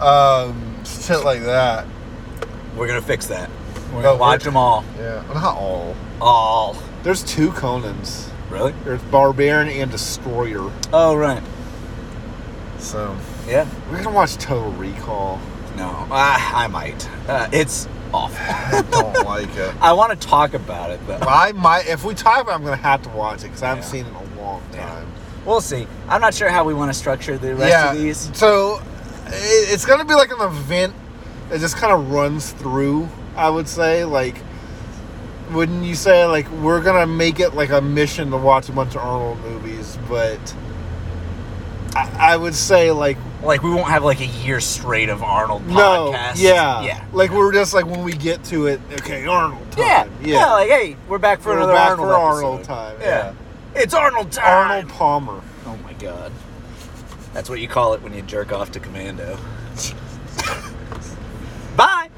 S1: Um, shit like that.
S2: we're gonna fix that.
S1: No,
S2: We're gonna
S1: we're-
S2: watch them all.
S1: Yeah, not all.
S2: All.
S1: There's two Conans.
S2: Really?
S1: There's Barbarian and Destroyer.
S2: Oh right.
S1: So
S2: Yeah.
S1: we're gonna watch Total Recall.
S2: No, I, I might. Uh, it's awful.
S1: I don't like it.
S2: I want to talk about it though.
S1: I might. If we talk about, it, I'm gonna have to watch it because I haven't
S2: Yeah.
S1: seen it in a long
S2: Yeah.
S1: time.
S2: We'll see. I'm not sure how we want to structure the rest of these.
S1: So it, it's going to be like an event that just kind of runs through, I would say. Like, wouldn't you say, like, we're going to make it like a mission to watch a bunch of Arnold movies, but I, I would say, like,
S2: Like we won't have like a year straight of Arnold
S1: no.
S2: podcasts.
S1: Yeah.
S2: yeah,
S1: Like, we're just like, when we get to it, okay, Arnold
S2: yeah,
S1: time.
S2: yeah, Like hey, we're back for
S1: We're
S2: another
S1: back
S2: Arnold
S1: for
S2: episode.
S1: Arnold time,
S2: Yeah. it's Arnold time.
S1: Arnold Palmer.
S2: Oh my god, that's what you call it when you jerk off to Commando. Bye.